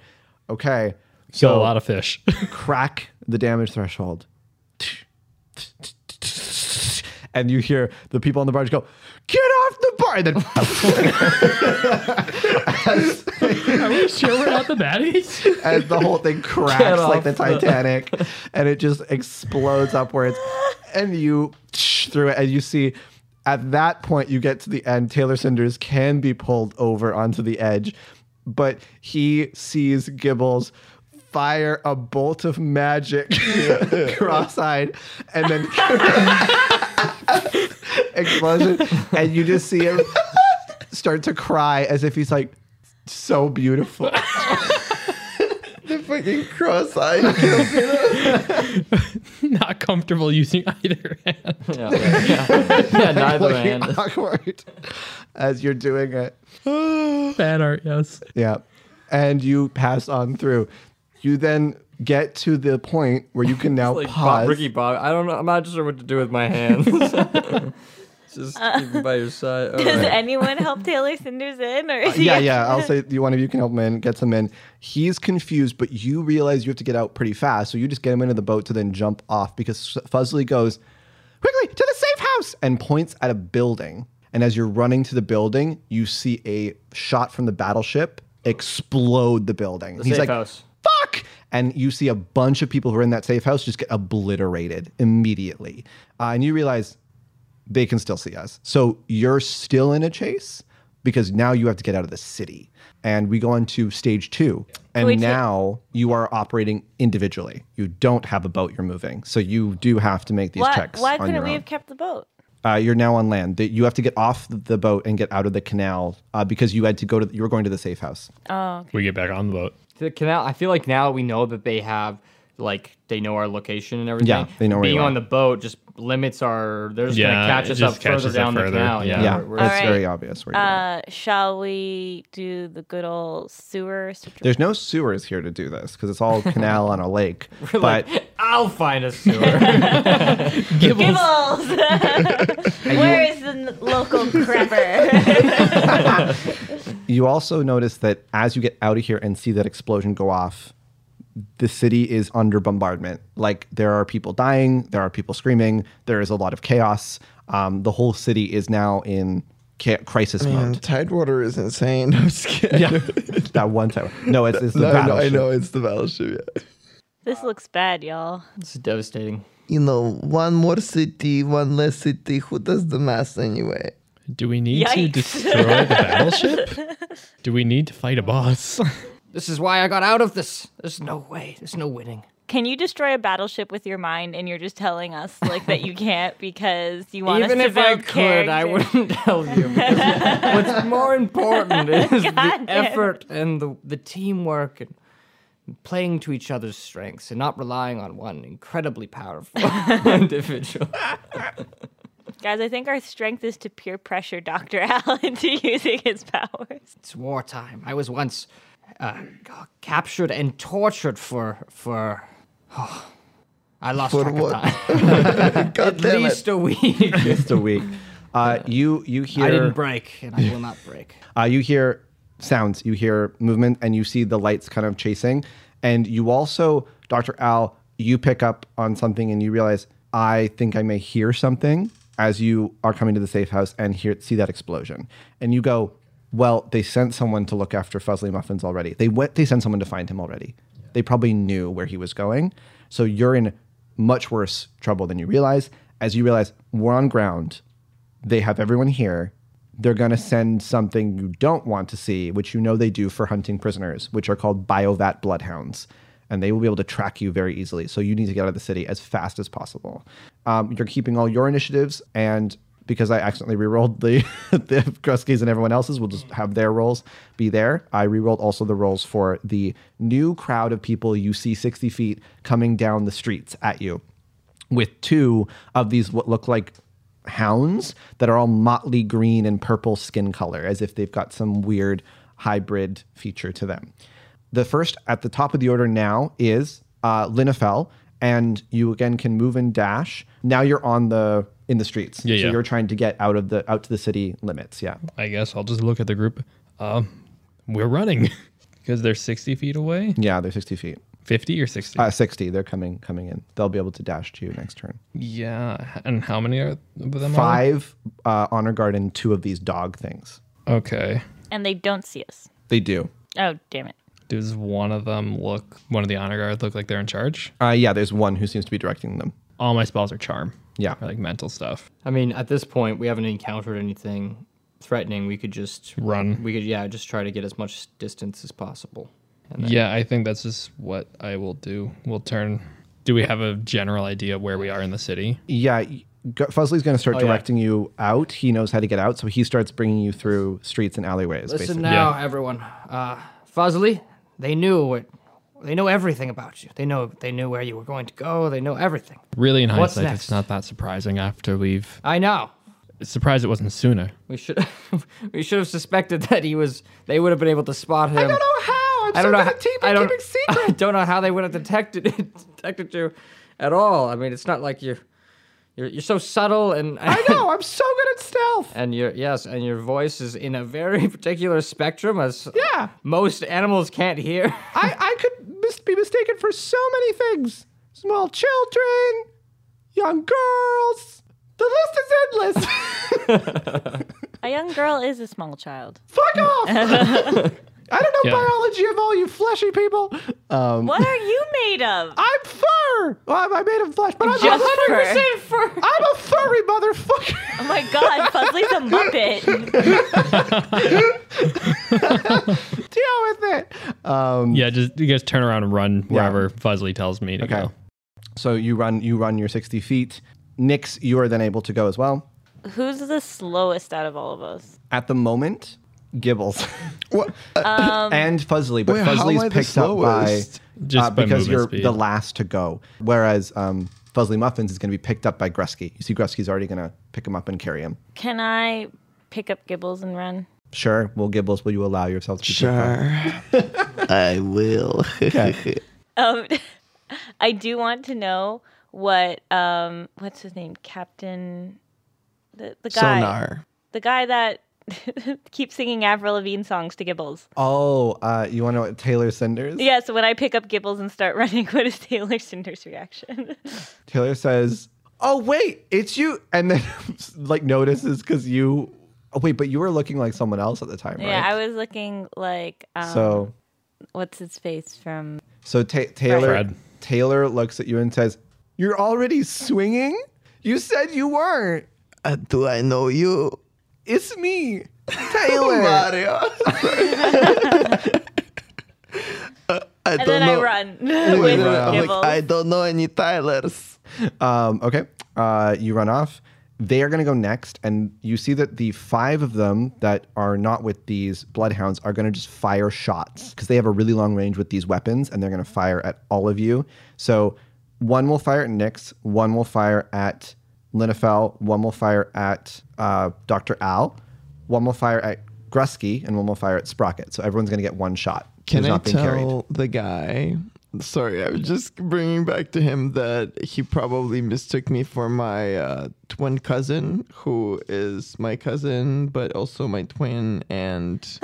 Okay,
Kill a lot of fish.
crack the damage threshold. And you hear the people on the barge go, "Get off the bar!" And then
Are we sure we're not the baddies?
as the whole thing cracks like
off
the Titanic, and it just explodes upwards, and you through it, and you see. At that point, you get to the end. Taylor Cinders can be pulled over onto the edge, but he sees Gibbles fire a bolt of magic cross-eyed, and then explosion, and you just see him start to cry as if he's like so beautiful.
The fucking cross-eyed kill.
not comfortable using either hand.
Yeah, yeah. Yeah, neither
looking
hand.
awkward as you're doing it.
Bad art, yes.
Yeah. And you pass on through. You then get to the point where you can now
Like Bob,
pause.
Ricky Bob. I don't know. I'm not sure what to do with my hands. Just
Uh.
keep it by your side. All
Does
right.
anyone help Taylor Cinders in, or is he
Uh, yeah, yeah. I'll say you one of you can help him in, gets him in. He's confused, but you realize you have to get out pretty fast. So you just get him into the boat to then jump off because Fuzzly goes, quickly to the safe house and points at a building. And as you're running to the building, you see a shot from the battleship explode the building.
safe house.
fuck! And you see a bunch of people who are in that safe house just get obliterated immediately. Uh, and you realize they can still see us. So you're still in a chase because now you have to get out of the city. And we go into stage two. And
Wait, so-
now you are operating individually. You don't have a boat you're moving. So you do have to make these
Why,
checks.
why
on
couldn't
your
we
own.
have kept the boat?
Uh, you're now on land. Th- You have to get off the boat and get out of the canal uh, because you had to go to. You were going to the safe house.
Oh,
We get back on the boat.
the canal. I feel like now we know that they have like they know our location and everything.
Yeah, they know where
being
you are.
on the boat just limits our. They're just
Yeah,
gonna catch
it
us
just
up
catches
further
us
down the
further.
canal.
Yeah.
Yeah,
yeah,
we're- we're-
it's
All right.
very obvious. Where you're at.
Uh, shall we do the good old sewer? situ-
There's no sewers here to do this because it's all canal on a lake.
we're
but
like, I'll find a sewer.
Gibbles.
Gibbles! Where is the n- local crapper?
you also notice that as you get out of here and see that explosion go off, the city is under bombardment. Like there are people dying, there are people screaming, there is a lot of chaos. Um, the whole city is now in ca- crisis
Man,
mode.
Tidewater is insane. I'm scared.
Yeah, that one time. No, it's, it's the
No, no, I
battleship.
know it's the battleship. Yeah.
this looks bad, y'all.
it's devastating.
You know, one more city, one less city. Who does the math anyway?
Do we need to
Yikes.
destroy the battleship? Do we need to fight a boss?
This is why I got out of this. There's no way. There's no winning.
Can you destroy a battleship with your mind, and you're just telling us like that you can't because you want
Even
us to
if I
build
could, I
characters?
wouldn't tell you. because what's more important is the
damn.
effort and the, the teamwork and playing to each other's strengths and not relying on one incredibly powerful individual.
Guys, I think our strength is to peer pressure Dr. Al into using his powers.
It's wartime. I was once uh, ca- captured and tortured for for. I lost
For
track of
what?
time.
God
At
damn
least
it.
a week.
Just a week. Uh, you you hear
I didn't break, and I will not break.
Uh, you hear sounds, you hear movement, and you see the lights kind of chasing. And you also, Dr. Al, you pick up on something and you realize, I think I may hear something as you are coming to the safe house and hear see that explosion. And you go, well, they sent someone to look after Fuzzly Muffins already. They went, they sent someone to find him already. They probably knew where he was going. So you're in much worse trouble than you realize. As you realize, we're on ground they have everyone here. They're going to send something you don't want to see, which you know they do for hunting prisoners, which are called Biovat bloodhounds. And they will be able to track you very easily. So you need to get out of the city as fast as possible. Um, you're keeping all your initiatives. And because I accidentally rerolled the, the Kruskies and everyone else's, we'll just have their rolls be there. I rerolled also the rolls for the new crowd of people you see 60 feet coming down the streets at you with two of these what look like hounds that are all motley green and purple skin color, as if they've got some weird hybrid feature to them. The first at the top of the order now is uh, Linafel, and you again can move and dash. Now you're on the in the streets,
Yeah,
so
yeah.
you're trying to get out of the out to the city limits. Yeah,
I guess I'll just look at the group. Um, we're running because they're 60 feet away,
yeah, they're sixty feet,
50 or 60.
uh, sixty. They're coming coming in. They'll be able to dash to you next turn.
yeah, and how many are of them? are?
Five uh, honor guard and two of these dog things.
Okay.
and they don't see us.
They do.
Oh, damn it.
Does one of them look, one of the honor guard look like they're in charge?
Uh, yeah, there's one who seems to be directing them.
All my spells are charm.
Yeah.
Or like mental stuff.
I mean, at this point, we haven't encountered anything threatening. We could just
Run.
We could, yeah, just try to get as much distance as possible. And then,
Yeah, I think that's just what I will do. We'll turn. Do we have a general idea where we are in the city?
Yeah, y- G- Fuzzly's going to start
Oh, yeah.
directing you out. He knows how to get out, so he starts bringing you through streets and alleyways.
Listen
basically.
now, everyone. Uh, Fuzzly, they knew it. They know everything about you. They know they knew where you were going to go. They know everything.
Really, in
What's
hindsight,
next?
it's not that surprising after we've.
I know.
Surprised it wasn't sooner.
We should we should have suspected that he was. They would have been able to spot him. I don't know
how. I'm
I don't know.
good at keep-
I don't.
keeping secret.
I don't know how they would have detected detected you at all. I mean, it's not like you're you're, you're so subtle and
I know. I'm so good at stealth.
and your yes, and your voice is in a very particular spectrum as
Yeah.
most animals can't hear.
I, I could mis- be mistaken for so many things small children, young girls. The list is endless.
A young girl is a small child.
Fuck off. I don't know
Yeah.
biology of all you fleshy people. Um,
What are you made of?
I'm fur. Well, I'm, I made of flesh, but I'm
Just fur.
100%
fur.
I'm a furry motherfucker.
Oh my god, Fuzzly's a muppet.
deal with it.
Mm.
Um,
Yeah, just you guys turn around and run wherever Fuzzly tells me to
Okay.
go.
so you run, you run your sixty feet. Nix, you are then able to go as well.
Who's the slowest out of all of us?
At the moment, Gibbles
What? Uh,
Um,
and Fuzzly, but
wait, how am I
Fuzzly's
the
picked up by uh,
slowest?
Just by
because
movement
you're
speed.
the last to go. Whereas um, Fuzzly Muffins is going to be picked up by Grusky. You see, Grusky's already going to pick him up and carry him.
Can I pick up Gibbles and run?
Sure, well, Gibbles, will you allow yourself to? be picked up?
sure. I will.
Um, I do want to know what um, what's his name, Captain, the the guy,
Sonar.
the guy that keeps singing Avril Lavigne songs to Gibbles.
Oh, uh, you want to know what Taylor Cinders?
Yeah, so when I pick up Gibbles and start running, what is Taylor Cinder's reaction?
Taylor says, "Oh wait, it's you," and then like notices because you. Oh wait, but you were looking like someone else at the time,
Yeah,
right?
I was looking like um,
so
what's his face from
so Ta Taylor
Fred.
Taylor looks at you and says, "You're already swinging. You said you weren't.
Uh, do I know you?
It's me, Taylor."
Mario. Uh, I
and then I run with
I'm like,
Gibbles.
I don't know any Tylers.
um, okay, uh, you run off. They are going to go next, and you see that the five of them that are not with these bloodhounds are going to just fire shots because they have a really long range with these weapons, and they're going to fire at all of you. So one will fire at Nyx, one will fire at Linafel, one will fire at uh, Dr. Al, one will fire at Grusky, and one will fire at Sprocket. So everyone's going to get one shot.
Can
who's
I
not being
tell
carried.
the guy Sorry, I was just bringing back to him that he probably mistook me for my uh, twin cousin, who is my cousin, but also my twin, and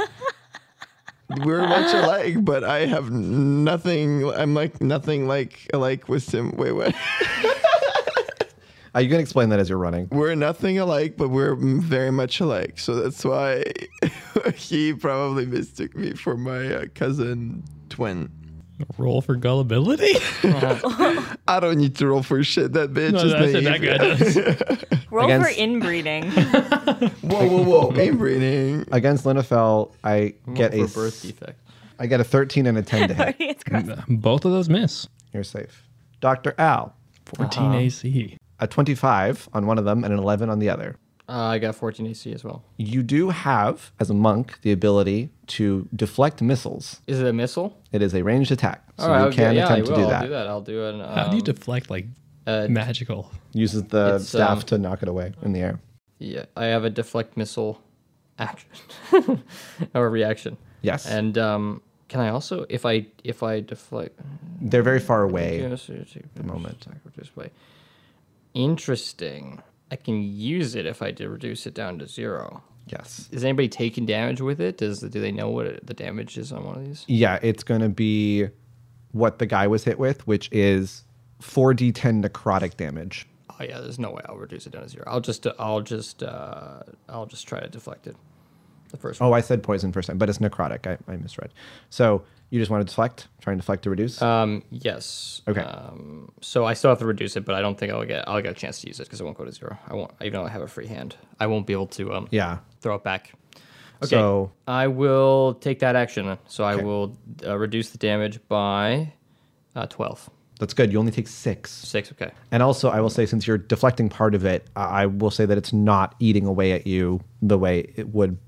we're much alike. But I have nothing. I'm like nothing like alike with him. Wait, what?
Uh, you can explain that as you're running.
We're nothing alike, but we're m- very much alike. So that's why he probably mistook me for my uh, cousin twin.
Roll for gullibility.
I don't need to roll for shit. That bitch
No,
is
that's it, that
naive.
guy does.
Roll for
Against-
inbreeding.
Whoa, whoa, whoa! Inbreeding.
Against Linnefell, I get a
for
s-
birth defect.
I get a 13 and a 10 to hit.
Sorry, it's gross.
Both of those miss.
You're safe. Dr. Al,
14
Uh-huh.
AC.
a 25 on one of them and an 11 on the other.
Uh, I got 14 AC as well.
You do have, as a monk, the ability to deflect missiles.
Is it a missile?
It is a ranged attack, so
All right,
you
Oh, okay,
can
yeah, I
attempt
will.
to do
I'll
that.
do that. I'll do an. Um,
How do you deflect like
uh,
magical?
Uses the
It's,
staff
um,
to knock it away in the air.
yeah, I have a deflect missile action or reaction.
Yes.
And um, can I also, if I if I deflect,
They're very far away. moment.
moment display. Interesting. I can use it if I did reduce it down to zero.
Yes.
Is anybody taking damage with it? Does do they know what it, the damage is on one of these?
Yeah, it's going to be what the guy was hit with, which is 4d10 necrotic damage.
Oh yeah, there's no way I'll reduce it down to zero. I'll just I'll just uh, I'll just try to deflect it. The first one.
Oh, I said poison first time, but it's necrotic. I, I misread. So you just want to deflect, trying to deflect to reduce.
Um, yes.
Okay.
Um, so I still have to reduce it, but I don't think I'll get I'll get a chance to use it because it won't go to zero. I won't even though I have a free hand. I won't be able to um
yeah.
throw it back. Okay.
So-
I will take that action. So I will uh, reduce the damage by uh, twelve.
That's good. You only take six.
Six. Okay.
And also, I will say, since you're deflecting part of it, I I will say that it's not eating away at you the way it would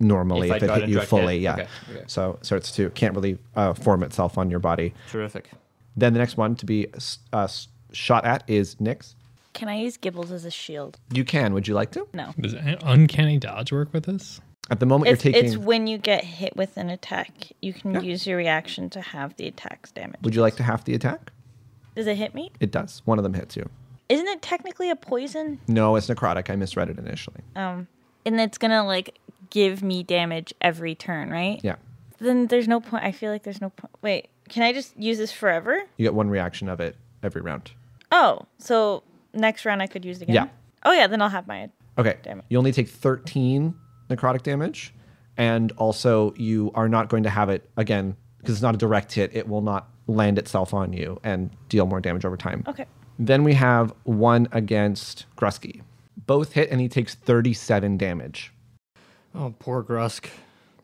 normally
If I
if, it
got
hit
a
you
direct
fully.
hit.
Yeah.
Okay, okay.
So it starts to can't really uh, form itself on your body.
Terrific.
Then the next one to be s- uh, s- shot at is Nyx.
Can I use Gibbles as a shield?
You can. Would you like to?
No.
Does uncanny dodge work with this?
At the moment,
It's,
you're taking.
it's when you get hit with an attack. You can use your reaction to have the attacks damage.
would you like to half the attack?
Does it hit me?
It does. One of them hits you.
Isn't it technically a poison?
No, it's necrotic. I misread it initially.
Uh. And it's gonna like give me damage every turn, right?
yeah.
Then there's no point. I feel like there's no point. Wait, can I just use this forever?
You get one reaction of it every round.
Oh, so next round I could use it again.
Yeah.
Oh yeah, then I'll have my.
Okay.
Damn it.
You only take 13 necrotic damage, and also you are not going to have it again because it's not a direct hit. It will not land itself on you and deal more damage over time.
Okay.
Then we have one against Grusky. Both hit, and he takes 37 damage.
Oh, poor Grusk.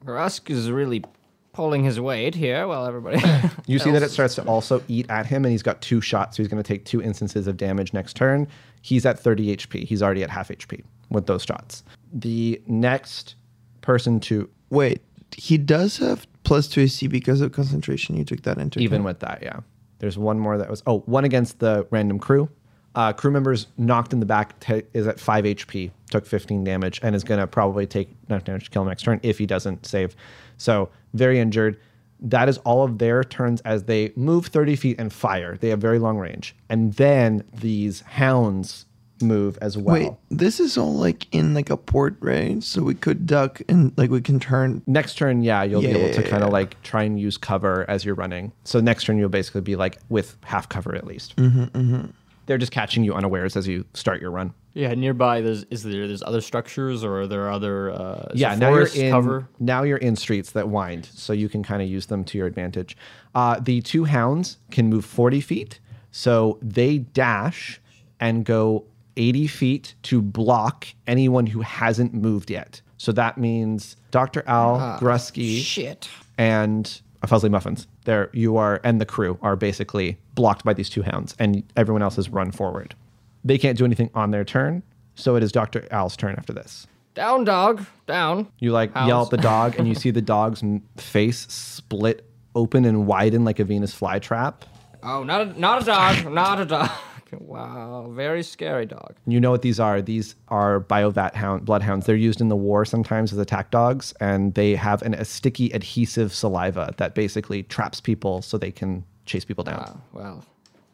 Grusk is really pulling his weight here. Well, everybody.
You see that it starts to also eat at him, and he's got two shots, so he's going to take two instances of damage next turn. He's at 30 HP. He's already at half HP with those shots. The next person to,
Wait, he does have plus two AC because of concentration. You took that into
even with that, yeah. There's one more that was, oh, one against the random crew. Uh, crew members knocked in the back t- is at 5 HP, took 15 damage, and is going to probably take enough damage to kill him next turn if he doesn't save. So, very injured. That is all of their turns as they move 30 feet and fire. They have very long range. And then these hounds move as well.
Wait, this is all like in like a port, right? So we could duck and like we can turn.
Next turn, yeah, you'll
Yeah,
be able
yeah,
to
yeah,
kind of like try and use cover as you're running. So next turn, you'll basically be like with half cover at least. Mm-hmm, They're just catching you unawares as you start your run.
yeah, nearby. There's is there there's other structures or are there other uh, is
yeah,
the
now you're
forest
in
cover.
now you're in streets that wind, so you can kind of use them to your advantage. Uh, the two hounds can move 40 feet, so they dash and go 80 feet to block anyone who hasn't moved yet. So that means Dr. Al, Grusky,
Shit.
and a Fuzzly Muffins. There you are, and the crew are basically blocked by these two hounds, and everyone else has run forward. They can't do anything on their turn, so it is Dr. Al's turn after this.
Down, dog. Down.
You like yell at the dog, and you see the dog's m- face split open and widen like a Venus flytrap.
Oh, not a, not a dog. not a dog. Wow, very scary dog.
You know what these are? These are biovat hound bloodhounds. They're used in the war sometimes as attack dogs, and they have an, a sticky adhesive saliva that basically traps people so they can chase people down.
Ah, well,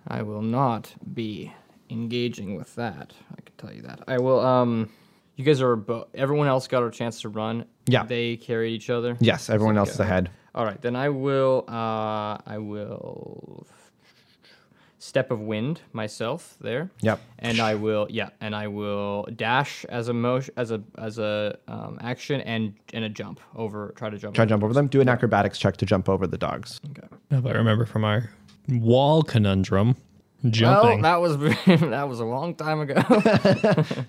I will not be engaging with that. I can tell you that. I will. Um, you guys are. Bo- everyone else got a chance to run.
Yeah.
They carried each other.
Yes, everyone else is ahead.
All right. Then I will. Uh, I will. Step of wind myself there.
Yep.
And I will. Yeah. And I will dash as a motion as a as a um, action and and a jump over. Try to jump.
Try to jump over them. Do an acrobatics check to jump over the dogs.
If I remember from our wall conundrum,
Well,
jumping.
that was that was a long time ago.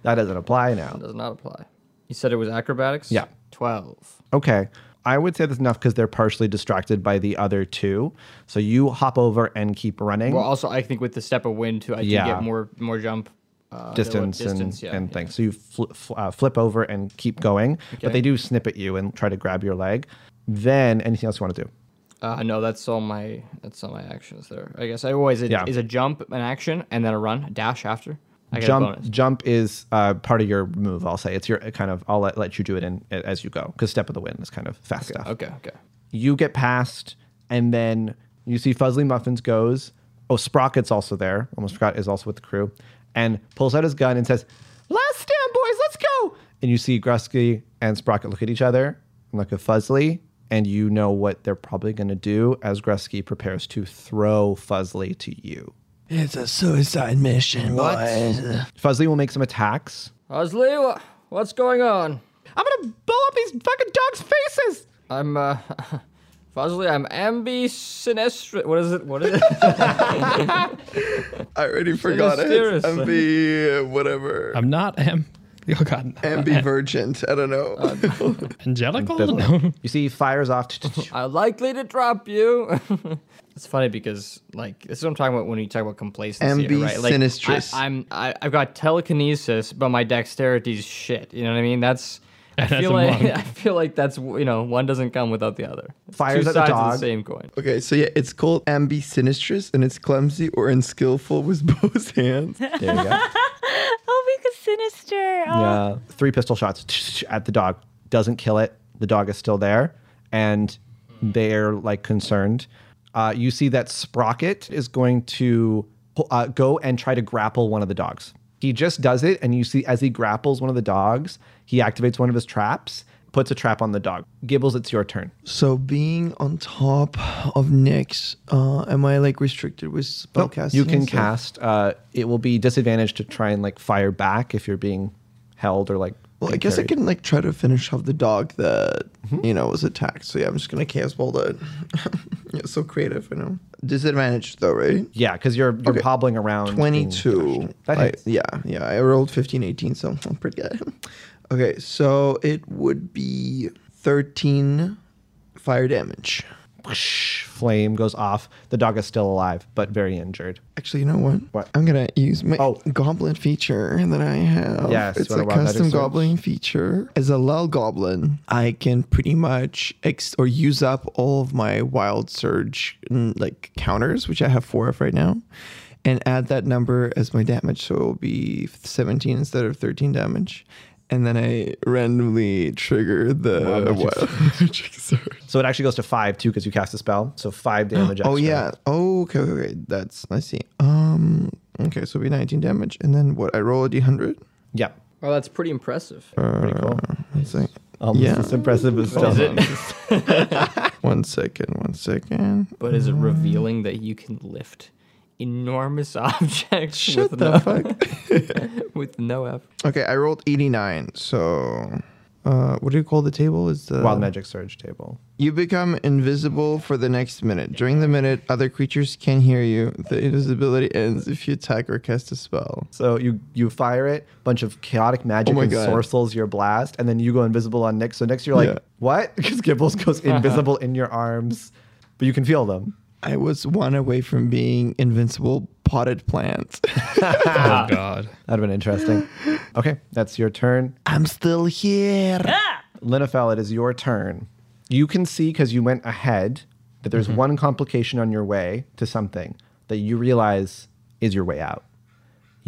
That doesn't apply now.
Does not apply. You said it was acrobatics?
Yeah.
12.
Okay. I would say that's enough because they're partially distracted by the other two. So you hop over and keep running.
Well, also, I think with the step of wind, too, I
Yeah.
do get more more jump uh,
distance,
distance,
and,
yeah,
and
yeah.
things. So you fl- fl- uh, flip over and keep going, but
Okay.
they do snip at you and try to grab your leg. Then anything else you want to do?
Uh, no, that's all my that's all my actions there. I guess I always it
Yeah.
is a jump, an action, and then a run, a dash after. I get a
Jump,
bonus.
jump is uh, part of your move. I'll say it's your uh, kind of. I'll let, let you do it in a- as you go because step of the wind is kind of fast stuff.
Okay, okay.
You get past, and then you see Fuzzly Muffins goes. Oh, Sprocket's also there. Almost forgot is also with the crew, and pulls out his gun and says, "Last stand, boys, let's go!" And you see Grusky and Sprocket look at each other and look at Fuzzly, and you know what they're probably going to do as Grusky prepares to throw Fuzzly to you.
It's a suicide mission,
What?
boys.
Fuzzly will make some attacks.
Osley, wha- what's going on?
I'm gonna blow up these fucking dogs' faces.
I'm uh, Fozley, I'm ambisinestra. What is it? What is it?
I already forgot it.
serious.
MB uh, whatever.
I'm not am. Oh god.
Ambivergent. I don't know.
Angelical? No.
You see, he fires off.
I'm likely to drop you. it's funny because like this is what I'm talking about when you talk about complacency, here, right? Like
Ambisinistrous.
I, I'm I, I've got telekinesis, but my dexterity's shit. You know what I mean? That's I
That's
feel
a
like
monk.
I feel like that's you know one doesn't come without the other.
Fires
Two
at the
sides
dog.
Of the same coin.
Okay, so yeah, it's called ambisinisтрous and it's clumsy or unskillful with both hands.
There you go.
Oh, because sinister. Oh.
Yeah. Uh, Three pistol shots at the dog. Doesn't kill it. The dog is still there. And they're like concerned. Uh, you see that Sprocket is going to uh, go and try to grapple one of the dogs. He just does it. And you see, as he grapples one of the dogs, he activates one of his traps, puts a trap on the dog. Gibbles, it's your turn.
So being on top of Nyx, uh, am I like restricted with spellcasting?
you can
and stuff?
cast. Uh, it will be disadvantaged to try and like fire back if you're being held or like.
Well, I
being
guess I
carried.
can like try to finish off the dog that
Mm-hmm.
you know was attacked. So yeah, I'm just gonna cast ball that. yeah, so creative, you know. Disadvantage though, right?
Yeah, because you're you're
Okay.
hobbling around. being
Twenty-two.
That
I-
hits.
yeah, yeah. I rolled 15, 18, so I'm pretty good. okay, so it would be thirteen fire damage.
whoosh, flame goes off. The dog is still alive, but very injured.
Actually, you know what?
What?
I'm gonna use my
Oh.
goblin feature that I have.
Yes,
it's
wanna
a
rob that
custom
exotic?
goblin feature. As a lull goblin, I can pretty much ex- or use up all of my wild surge mm, like counters, which I have four of right now, and add that number as my damage. So it will be 17 instead of 13 damage. And then I randomly trigger the wild magic surge.
So it actually goes to five too because you cast a spell. So five damage.
Oh
extra.
yeah. Oh okay, okay, okay. That's I see. Um okay, so it'll be 19 damage and then what? I roll a d100.
Yep.
Well, that's pretty impressive.
Pretty cool.
It's like
Almost
yeah.
as Um, impressive as still.
is it?
one second, one second.
but is it revealing that you can lift enormous objects
Shut
with
the
no
fuck.
with no effort?
Okay, I rolled 89. So uh what do you call the table? Is the
Wild magic surge table.
You become invisible for the next minute. During the minute, other creatures can hear you. The invisibility ends if you attack or cast a spell.
So you you fire it, bunch of chaotic magic
Oh my
and
God.
sorcels your blast, and then you go invisible on Nick. So next you're like,
Yeah.
what? Because Gibbles goes invisible in your arms, but you can feel them.
I was one away from being invincible potted plant.
Oh god.
That'd have been interesting. Okay, that's your turn.
I'm still here.
Ah!
Linafel, it is your turn. You can see because you went ahead that there's one complication on your way to something that you realize is your way out.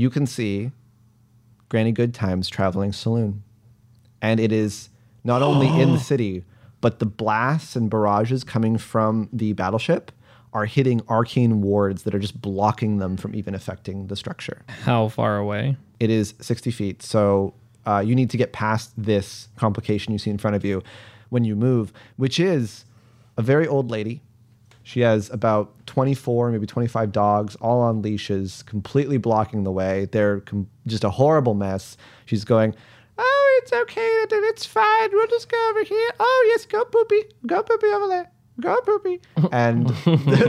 You can see Granny Goodtime's traveling saloon. And it is not only in the city, but the blasts and barrages coming from the battleship are hitting arcane wards that are just blocking them from even affecting the structure.
How far away?
It is 60 feet. So uh, you need to get past this complication you see in front of you when you move, which is a very old lady. She has about 24, maybe 25 dogs, all on leashes, completely blocking the way. They're com- just a horrible mess. She's going, Oh, it's okay. It's fine. We'll just go over here. Oh, yes, go poopy. Go poopy over there. Go poopy. And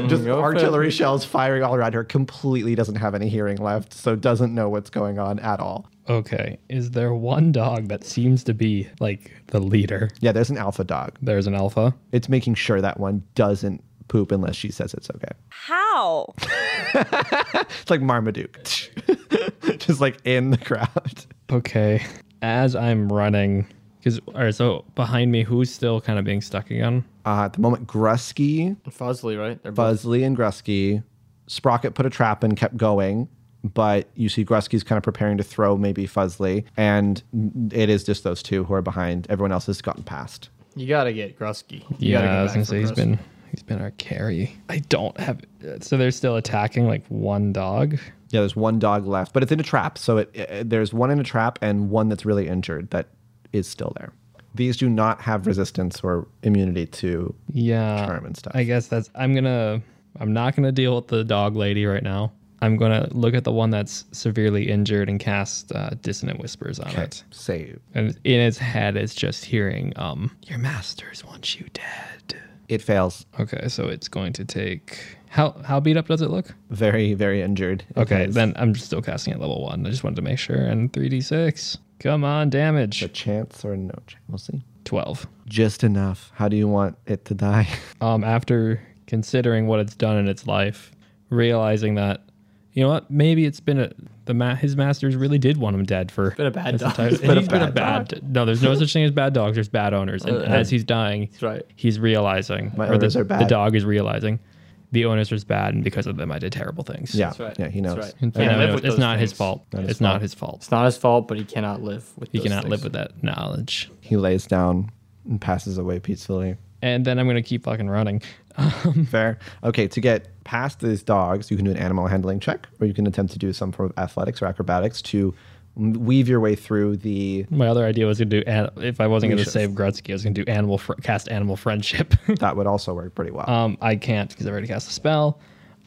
just artillery shells firing all around her. Completely doesn't have any hearing left, so doesn't know what's going on at all.
Okay. Is there one dog that seems to be like the leader?
Yeah, there's an alpha dog.
There's an alpha.
It's making sure that one doesn't poop unless she says it's okay.
How?
It's like Marmaduke, just like in the crowd.
Okay. As I'm running, because all right, so behind me, who's still kind of being stuck again?
Uh, at the moment, Grusky,
Fuzzly, right? They're both
Buzzley, and Grusky, Sprocket put a trap and kept going. But you see Grusky's kind of preparing to throw maybe Fuzzly, and it is just those two who are behind. Everyone else has gotten past.
You gotta get Grusky. You gotta
Yeah,
get
I was
back
gonna
for
say he's
Grusky.
been he's been our carry. I don't have so they're still attacking like one dog.
Yeah, there's one dog left, but it's in a trap. So it, uh, there's one in a trap and one that's really injured that is still there. These do not have resistance or immunity to.
Yeah,
Charm and stuff.
I guess that's I'm gonna I'm not gonna deal with the dog lady right now. I'm gonna look at the one that's severely injured and cast uh, dissonant whispers on it.
Save.
And in its head, it's just hearing um your masters want you dead.
It fails.
Okay, so it's going to take how how beat up does it look?
Very, very injured. It
Okay,
has
then I'm still casting at level one. I just wanted to make sure. And 3d6. Come on, damage.
A chance or no chance? We'll see.
12.
Just enough. How do you want it to die?
Um, after considering what it's done in its life, realizing that, you know what, maybe it's been a the ma- his masters really did want him dead for.
been a bad Uh,
his
dog.
entire- He's been, a, bad No, there's no such thing as bad dogs. There's bad owners. And as he's dying,
right.
he's realizing,
My
or
owners
the,
are
the
bad.
dog is realizing, the owners are bad, and because of them, I did terrible things.
yeah.
right.
Yeah, he knows.
That's right.
And
Can't
I
live
know
with
it's
those
not his
things.
fault.
Not his
It's
fault.
not his fault.
It's not his fault, but he cannot live with.
He
those
cannot
things.
live with that knowledge.
He lays down and passes away peacefully.
And then I'm gonna keep fucking running.
Fair. Okay, to get past these dogs, you can do an animal handling check, or you can attempt to do some form of athletics or acrobatics to weave your way through the
My other idea was gonna do an- if I wasn't gonna
Leashes.
save Grutsky, I was gonna do animal fr- cast animal friendship.
that would also work pretty
Uh,
well.
um, I can't because I already cast a spell.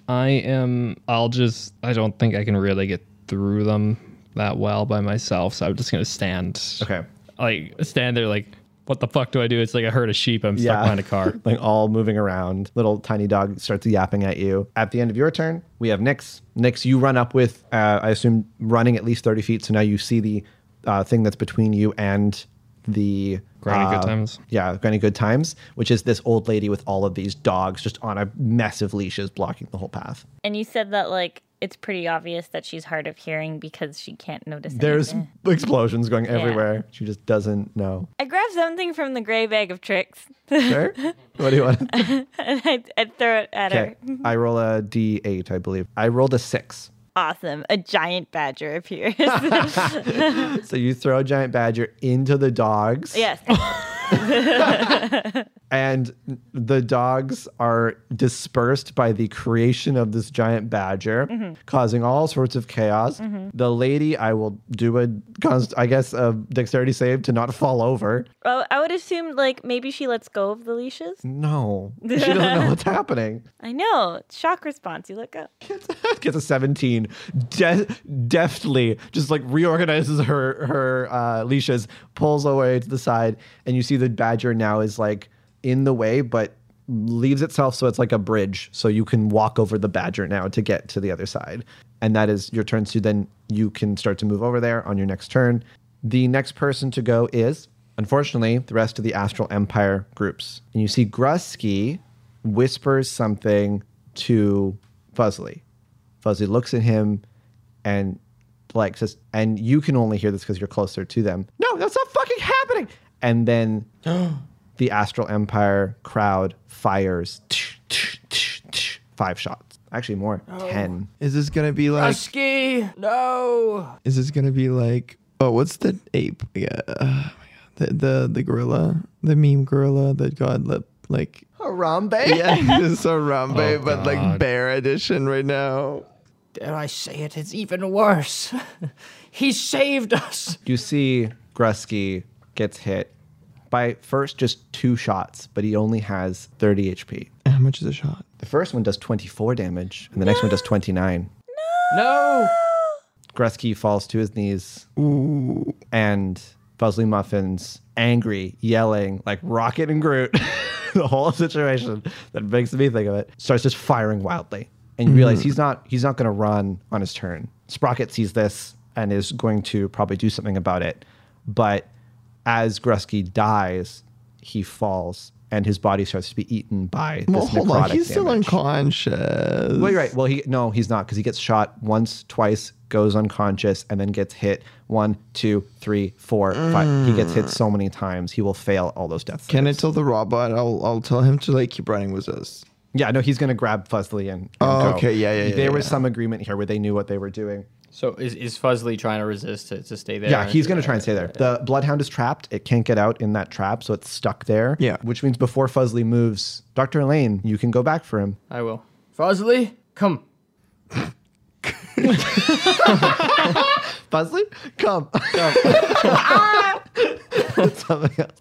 I am. I'll just. I don't think I can really get through them that well by myself. So I'm just gonna stand.
okay.
Like stand there. Like what the fuck do I do? It's like I herd of sheep. I'm stuck
Yeah.
behind a car.
Like all moving around. Little tiny dog starts yapping at you. At the end of your turn, we have Nyx. Nyx, you run up with, uh, I assume, running at least 30 feet. So now you see the uh, thing that's between you and the.
Granny Good
uh,
Times.
Yeah, Granny Good Times, which is this old lady with all of these dogs just on a massive leashes blocking the whole path.
And you said that like it's pretty obvious that she's hard of hearing because she can't notice.
There's
anything.
explosions going everywhere. She just doesn't know.
I grabbed something from the gray bag of tricks
Sure? what do you want?
and I, I throw it at
Okay.
her.
I roll a D8, I believe. I rolled a six.
Awesome! A giant badger appears.
So you throw a giant badger into the dogs.
yes,
and the dogs are dispersed by the creation of this giant badger, causing all sorts of chaos. The lady, I will do a, const- I guess, a dexterity save to not fall over.
well, Oh, I would assume like maybe she lets go of the leashes.
Mm. No, she doesn't know what's happening.
I know shock response. You let go.
Gets a seventeen, de- deftly just like reorganizes her her uh, leashes, pulls away to the side, and you see the badger now is like in the way, but leaves itself so it's like a bridge, so you can walk over the badger now to get to the other side, and that is your turn. So then you can start to move over there on your next turn. The next person to go is unfortunately the rest of the Astral Empire groups, and you see Grusky whispers something to Fuzzly. Fuzzy looks at him and like says, and you can only hear this because you're closer to them. No, that's not fucking happening. And then the Astral Empire crowd fires five shots. Actually, more. Ten.
Is this gonna be like?
Grusky, no.
Is this gonna be like? Oh, what's the ape? Yeah, oh my God. the the the gorilla, the meme gorilla that got lip like.
Harambe?
Yeah, it's a Rambe,
Oh,
but like
God.
bear edition right now.
Dare I say it? It's even worse. he saved us.
You see Grusky gets hit by first just two shots, but he only has 30 HP.
How much is a shot?
The first one does 24 damage, and the next one does 29.
No.
Grusky falls to his knees, and Fuzzly Muffin's angry, yelling like Rocket and Groot. the whole situation that makes me think of it starts just firing wildly, and you
Mm.
realize he's not he's not going to run on his turn. Sprocket sees this and is going to probably do something about it, but as Grusky dies, he falls and his body starts to be eaten by this
Well, hold on,
necrotic
he's still
damage.
unconscious.
Well, you're right. Well, he no, he's not because he gets shot once, twice, goes unconscious, and then gets hit one, two, three, four, five. He gets hit so many times, he will fail all those deaths.
Can I tell the robot? I'll I'll tell him to like keep running with us.
Yeah, no, he's gonna grab Fuzzly and. and
Oh,
go.
okay, yeah, yeah, yeah,
There was
yeah.
some agreement here where they knew what they were doing.
So is is Fuzzly trying to resist to, to stay there?
Yeah, he's gonna try and stay there. The bloodhound is trapped; it can't get out in that trap, so it's stuck there.
Yeah.
which means before Fuzzly moves, Doctor Elaine, you can go back for him.
I will. Fuzzly, come.
Fuzzly, come. Something else.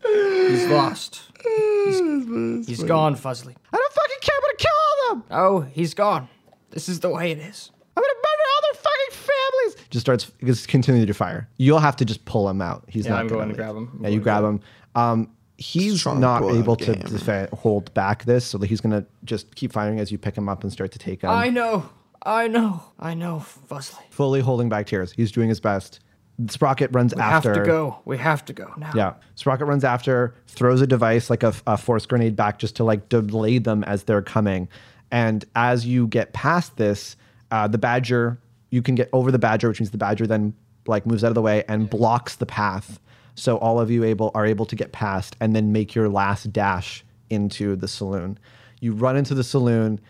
He's lost. He's, he's gone, Fuzzly.
I don't fucking care. I'm gonna kill all of them.
Oh, he's gone. This is the way it is.
I'm gonna murder all their fucking families. Just starts just continue to fire. You'll have to just pull him out. He's
Yeah,
not
I'm
gonna
going to
leave.
grab him. I'm
yeah, you
going to
grab him. Um, he's
Strong
not
pullout
able to
game.
defa- hold back this, so that he's gonna just keep firing as you pick him up and start to take him.
I know. I know. I know, Fuzzly.
Fully holding back tears. He's doing his best. Sprocket runs
We
after.
have to go. We have to go now.
Yeah. Sprocket runs after, throws a device like a, a force grenade back just to like delay them as they're coming. And as you get past this, uh, the badger, you can get over the badger, which means the badger then like moves out of the way and blocks the path. So all of you able are able to get past and then make your last dash into the saloon. You run into the saloon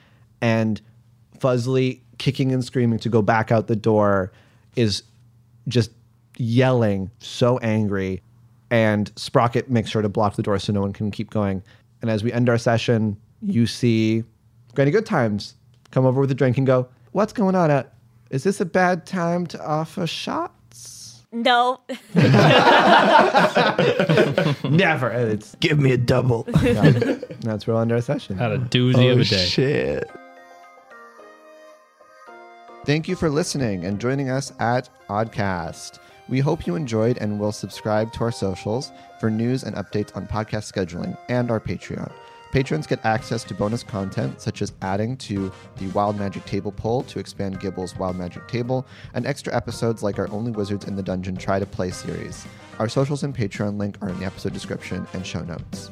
and Fuzzly kicking and screaming to go back out the door is just yelling, so angry. And Sprocket makes sure to block the door so no one can keep going. And as we end our session, you see Granny Good Times come over with a drink and go, What's going on? Uh, is this a bad time to offer shots?
No,
Never. And It's,
Give me a double.
and that's where we'll end our session.
Had a doozy of
Oh,
a day.
shit.
Thank you for listening and joining us at Oddcast. We hope you enjoyed and will subscribe to our socials for news and updates on podcast scheduling and our Patreon. Patrons get access to bonus content such as adding to the Wild Magic Table poll to expand Gibble's Wild Magic Table and extra episodes like our Only Wizards in the Dungeon Try to Play series. Our socials and Patreon link are in the episode description and show notes.